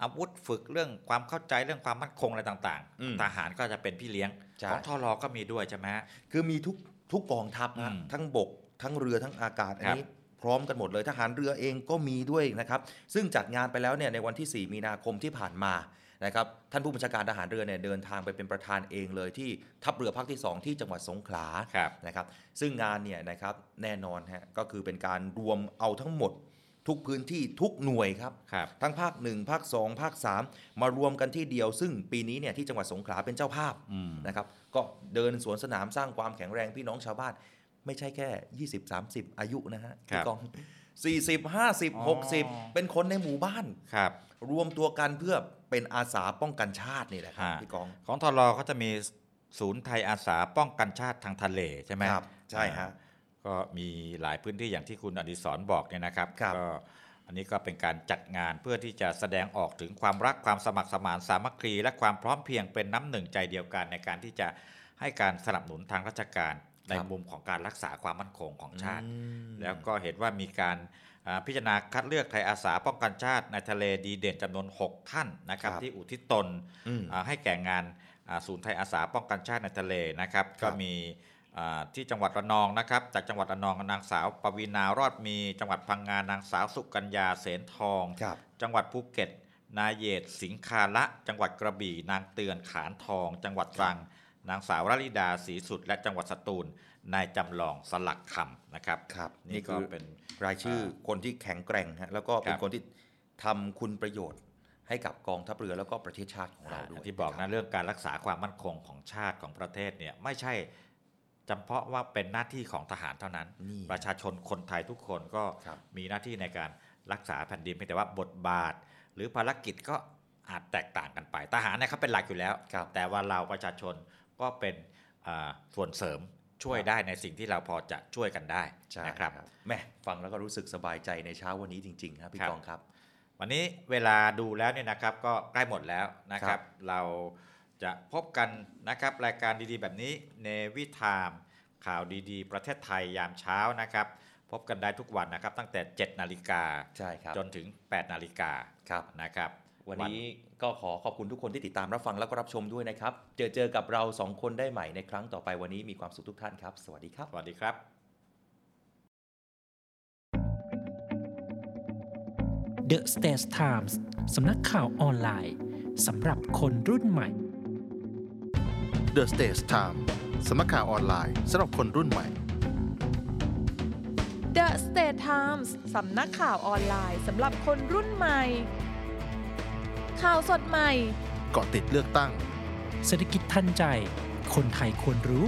S3: อาวุธฝึกเรื่องความเข้าใจเรื่องความมั่นคงอะไรต่างๆ ทหารก็จะเป็นพี่เลี้ยงของทรก็มีด้วยใช่ไหมฮะ
S13: คือมีทุกทุกกองทัพนะ
S3: อืม
S13: ทั้งบก ทั้งเรือทั้งอากาศอันนี้ พร้อมกันหมดเลยทหารเรือเองก็มีด้วยนะครับ ซึ่งจัดงานไปแล้วเนี่ยในวันที่ 4 มีนาคมที่ผ่านมานะครับท่านผู้บัญชาการทหารเรือเนี่ยเดินทางไปเป็นประธานเองเลยที่ทัพเรือภาคที่ 2 ที่จังหวัดสงขลานะครับซึ่งงานเนี่ยนะครับแน่นอนฮะก็คือเป็นการรวมเอาทั้งหมด ทุกพื้นที่ทุกหน่วยครับ ทั้งภาค 1 ภาค 2 ภาค 3 มารวมกันที่เดียว ซึ่งปีนี้เนี่ยที่จังหวัดสงขลาเป็นเจ้าภาพนะครับก็เดินสวนสนามสร้างความแข็งแรงพี่น้องชาวบ้าน ไม่ใช่แค่ 20 30 อายุนะฮะ
S3: ครั
S13: พี่
S3: บ
S13: กอง 40 50 60 เป็นคนในหมู่บ้าน
S3: ครับ
S13: วมตัวกันเพื่อเป็นอาสาป้องกันชาตินี่แหละครับพี่กอง
S3: ของทรเขาจะมีศูนย์ไทยอาสาป้องกันชาติทางทะเลใช่ไหม
S13: ครับใช่ฮะ
S3: อ่าก็มีหลายพื้นที่อย่างที่คุณอดิศรบอกเนี่ยนะครับก็อันนี้ก็เป็นการจัดงานเพื่อที่จะแสดงออกถึงความรักความสมัครสมานสามัคคีและความพร้อมเพรียงเป็นน้ำหนึ่งใจเดียวกันในการที่จะให้การสนับสนุนทางราชการในมุมของการรักษาความมั่นคงของชาติ แล้วก็เห็นว่ามีการอ่าพิจารณาคัดเลือกไทยอาสาป้องกันชาติในทะเลดีเด่นจำนวน 6 ท่านนะครับ
S13: ครับ
S3: ที่อุทิศตน
S13: อืม
S3: อ่าให้แก่งานอ่าศูนย์ไทยอาสาป้องกันชาติในทะเลนะครับ ก็มีอ่าที่จังหวัดระนองนะครับ จากจังหวัดระนองนางสาวปวีณารอดมี จังหวัดพังงานางสาวสุกัญญาเสนทอง จังหวัดภูเก็ต นายเยศสิงคาละ จังหวัดกระบี่นางเตือนขานทอง จังหวัดตรัง นางสาวราลิดาศรีสุด และจังหวัดสตูลนายจำลองสลักคำนะครับ
S13: ครับ
S3: นี่
S13: นี่
S3: ก็
S13: คือ
S3: เป็น
S13: รายชื่อคนที่แข็งแกร่งฮะแล้วก็เป็
S3: คน รับ
S13: คนที่ทำคุณประโยชน์ให้กับกองทัพเรือแล้วก็ประเทศชาติของเราด้วย
S3: ที่บอกนะเรื่องการรักษาความมั่นคงของชาติของประเทศเนี่ยไม่ใช่จำเพาะว่าเป็นหน้าที่ของทหารเท่านั้น ประชาชนคนไทยทุกคนก็มีหน้าที่ในการรักษาแผ่นดินเพียงแต่ว่าบทบาท หรือภารกิจก็อาจแตกต่างกันไป ทหารเนี่ยเขาเป็นหลักอยู่แล้ว แต่ว่าเราประชาชนก็เป็นอ่าส่วนเสริมช่วยได้ในสิ่งที่เราพอจะช่วยกันได้นะครับ
S13: แหมฟังแล้วก็รู้สึกสบายใจในเช้าวันนี้จริงๆครับพี่กองครับ
S3: วันนี้เวลาดูแล้วเนี่ยนะครับก็ใกล้หมดแล้วนะค
S13: ครั
S3: รับ
S13: บ
S3: เราจะพบกันนะครับรายการดีๆ แบบนี้เนวิทามข่าวดีๆ ประเทศไทยยามเช้านะครับ พบกันได้ทุกวันนะครับ ตั้งแต่ 7 นาฬิกา
S13: ใช่ครับ
S3: จนถึง 8 นาฬิกา
S13: ครับ
S3: นะครับ
S13: วันนี้ก็ขอขอบคุณทุกคนที่ติดตามรับฟังแล้วก็รับชมด้วยนะครับ เจอเจอกับเราสองคนได้ใหม่ในครั้งต่อไปวันนี้มีความสุขทุกท่านครับ สวัสดีครับ
S3: สวัสดีครับ
S11: The States Times สำนักข่าวออนไลน์สำหรับคนรุ่นใหม่
S1: The Stage Time สำนักข่าวออนไลน์สำหรับคนรุ่นใหม่
S2: The State Times สำนักข่าวออนไลน์สำหรับคนรุ่นใหม่ ข่าวสดใหม่
S1: เกาะติดเลือกตั้ง
S11: เศรษฐกิจทันใจ คนไทยควรรู้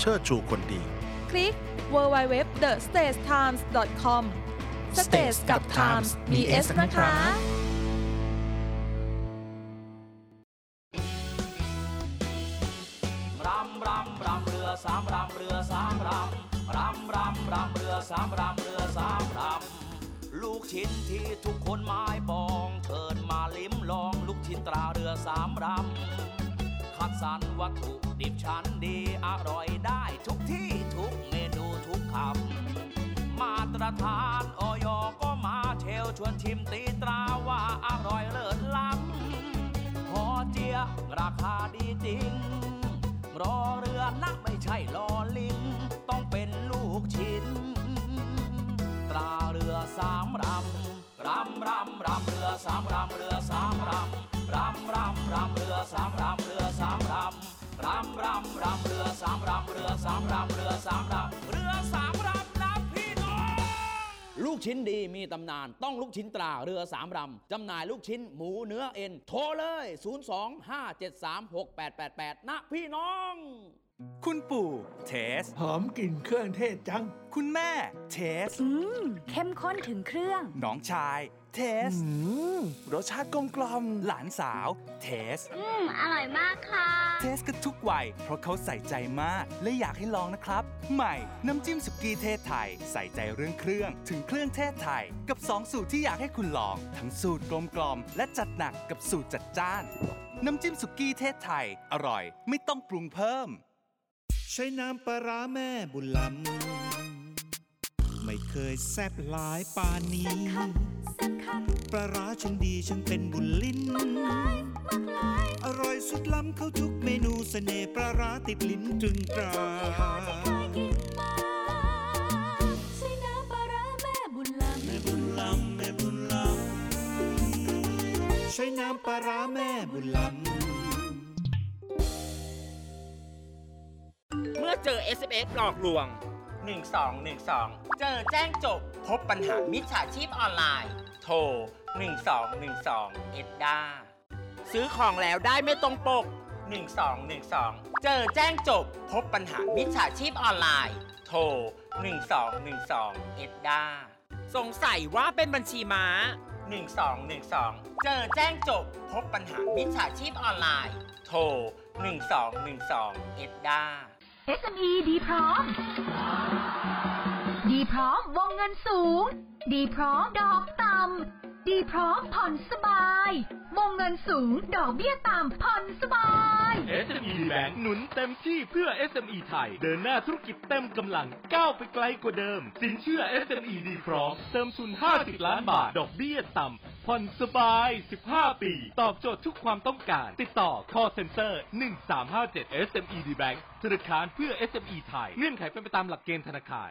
S1: เชิดชูคนดี
S2: คลิก www.thestagetimes.com States กับ Times มี S นะคะ
S4: รำรำรำเรือสามรำเรือสามรำรำรำรำเรือสามรำเรือสามรำลูกชิ้นที่ทุกคนหมายปองเถิดมาลิ้มลองลูกชิ้นตราเรือสามรำคัดสรรวัตถุดิบชั้นดีอร่อยได้ทุกที่ทุกเมนูทุกคำมาตรฐานออยก็มาเชลชวนชิมตีตราว่าอร่อยเลิศล้ำพอเจียราคาดีจริง รอเรือนะไม่ใช่รอลิง ต้องเป็นลูกชิ้น ตราเรือสามรำรำรำรำเรือสามรำเรือสามรำรำรำรำเรือสามรำเรือสามรำรำรำรำเรือสามรำเรือสามรำเรือสามรำเรือสามรำนะพี่น้อง ลูกชิ้นดีมีตำนานต้องลูกชิ้นตราเรือสามรำ จำหน่ายลูกชิ้นหมูเนื้อเอ็น โทรเลย 025736888 นะพี่น้อง
S14: คุณปู่เทส หอมกลิ่นเครื่องเทศจัง คุณแม่เทส อืม เข้มข้นถึงเครื่อง น้องชายเทส รสชาติกลมกลอมหลานสาวเทส
S9: อืม อร่อยมากค่ะ
S14: เทสกันทุกวัยเพราะเขาใส่ใจมาก และอยากให้ลองนะครับ ใหม่น้ำจิ้มสุกี้เทศไทย ใส่ใจเรื่องเครื่อง ถึงเครื่องเทศไทย กับ 2 สูตรที่อยากให้คุณลอง ทั้งสูตรกลมกลอมและจัดหนักกับสูตรจัดจ้าน น้ำจิ้มสุกี้เทศไทย อร่อย ไม่ต้องปรุงเพิ่ม
S15: ใช้น้ำปลาร้าแม่บุญล้ำไม่เคยแซบหลายปานนี้ปลาร้าฉันดีฉันเป็นบุญลิ้น อร่อยสุดล้ำเข้าทุกเมนูเสน่ห์ปลาร้าติดลิ้นตรึงตรา
S9: ใช่น้ำปลาร้าแม่บุญล้ำ
S15: แม่บุญล้ำแม่บุญล้ำใช้น้ำปลาร้าแม่บุญล้ำ
S16: เมื่อเจอ SMS หลอกลวง 1212 เจอแจ้งจบ พบปัญหามิจฉาชีพออนไลน์ โทร 1212 เอ็ดดาซื้อของแล้วได้ไม่ตรงปก 1212 เจอแจ้งจบ พบปัญหามิจฉาชีพออนไลน์ โทร 1212 เอ็ดดาสงสัยว่าเป็นบัญชีม้า 1212 เจอแจ้งจบ พบปัญหามิจฉาชีพออนไลน์ โทร 1212 เอ็ดดา
S9: SME ดีพร้อม ดีพร้อมวงเงินสูง ดีพร้อมดอกต่ำ ดีพร้อมผ่อนสบาย วงเงินสูงดอกเบี้ยต่ำผ่อนสบาย
S10: SME Bank หนุนเต็มที่เพื่อ SME ไทย เดินหน้าธุรกิจเต็มกำลังก้าวไปไกลกว่าเดิม สินเชื่อ SME ดีพร้อมเติมทุน 50 ล้านบาท ดอกเบี้ยต่ำผ่อนสบาย 15 ปี ตอบโจทย์ทุกความต้องการ ติดต่อ call center 1357 SME D Bank ธนาคารเพื่อ SME ไทย เงื่อนไขเป็นไปตามหลักเกณฑ์ธนาคาร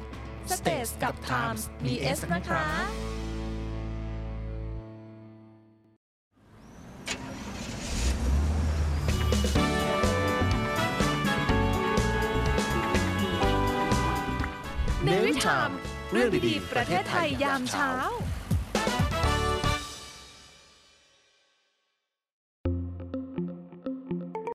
S2: States กับ Times มี S นะคะ
S1: เนวิชาม
S2: เรื่องดีๆ ประเทศไทยยามเช้า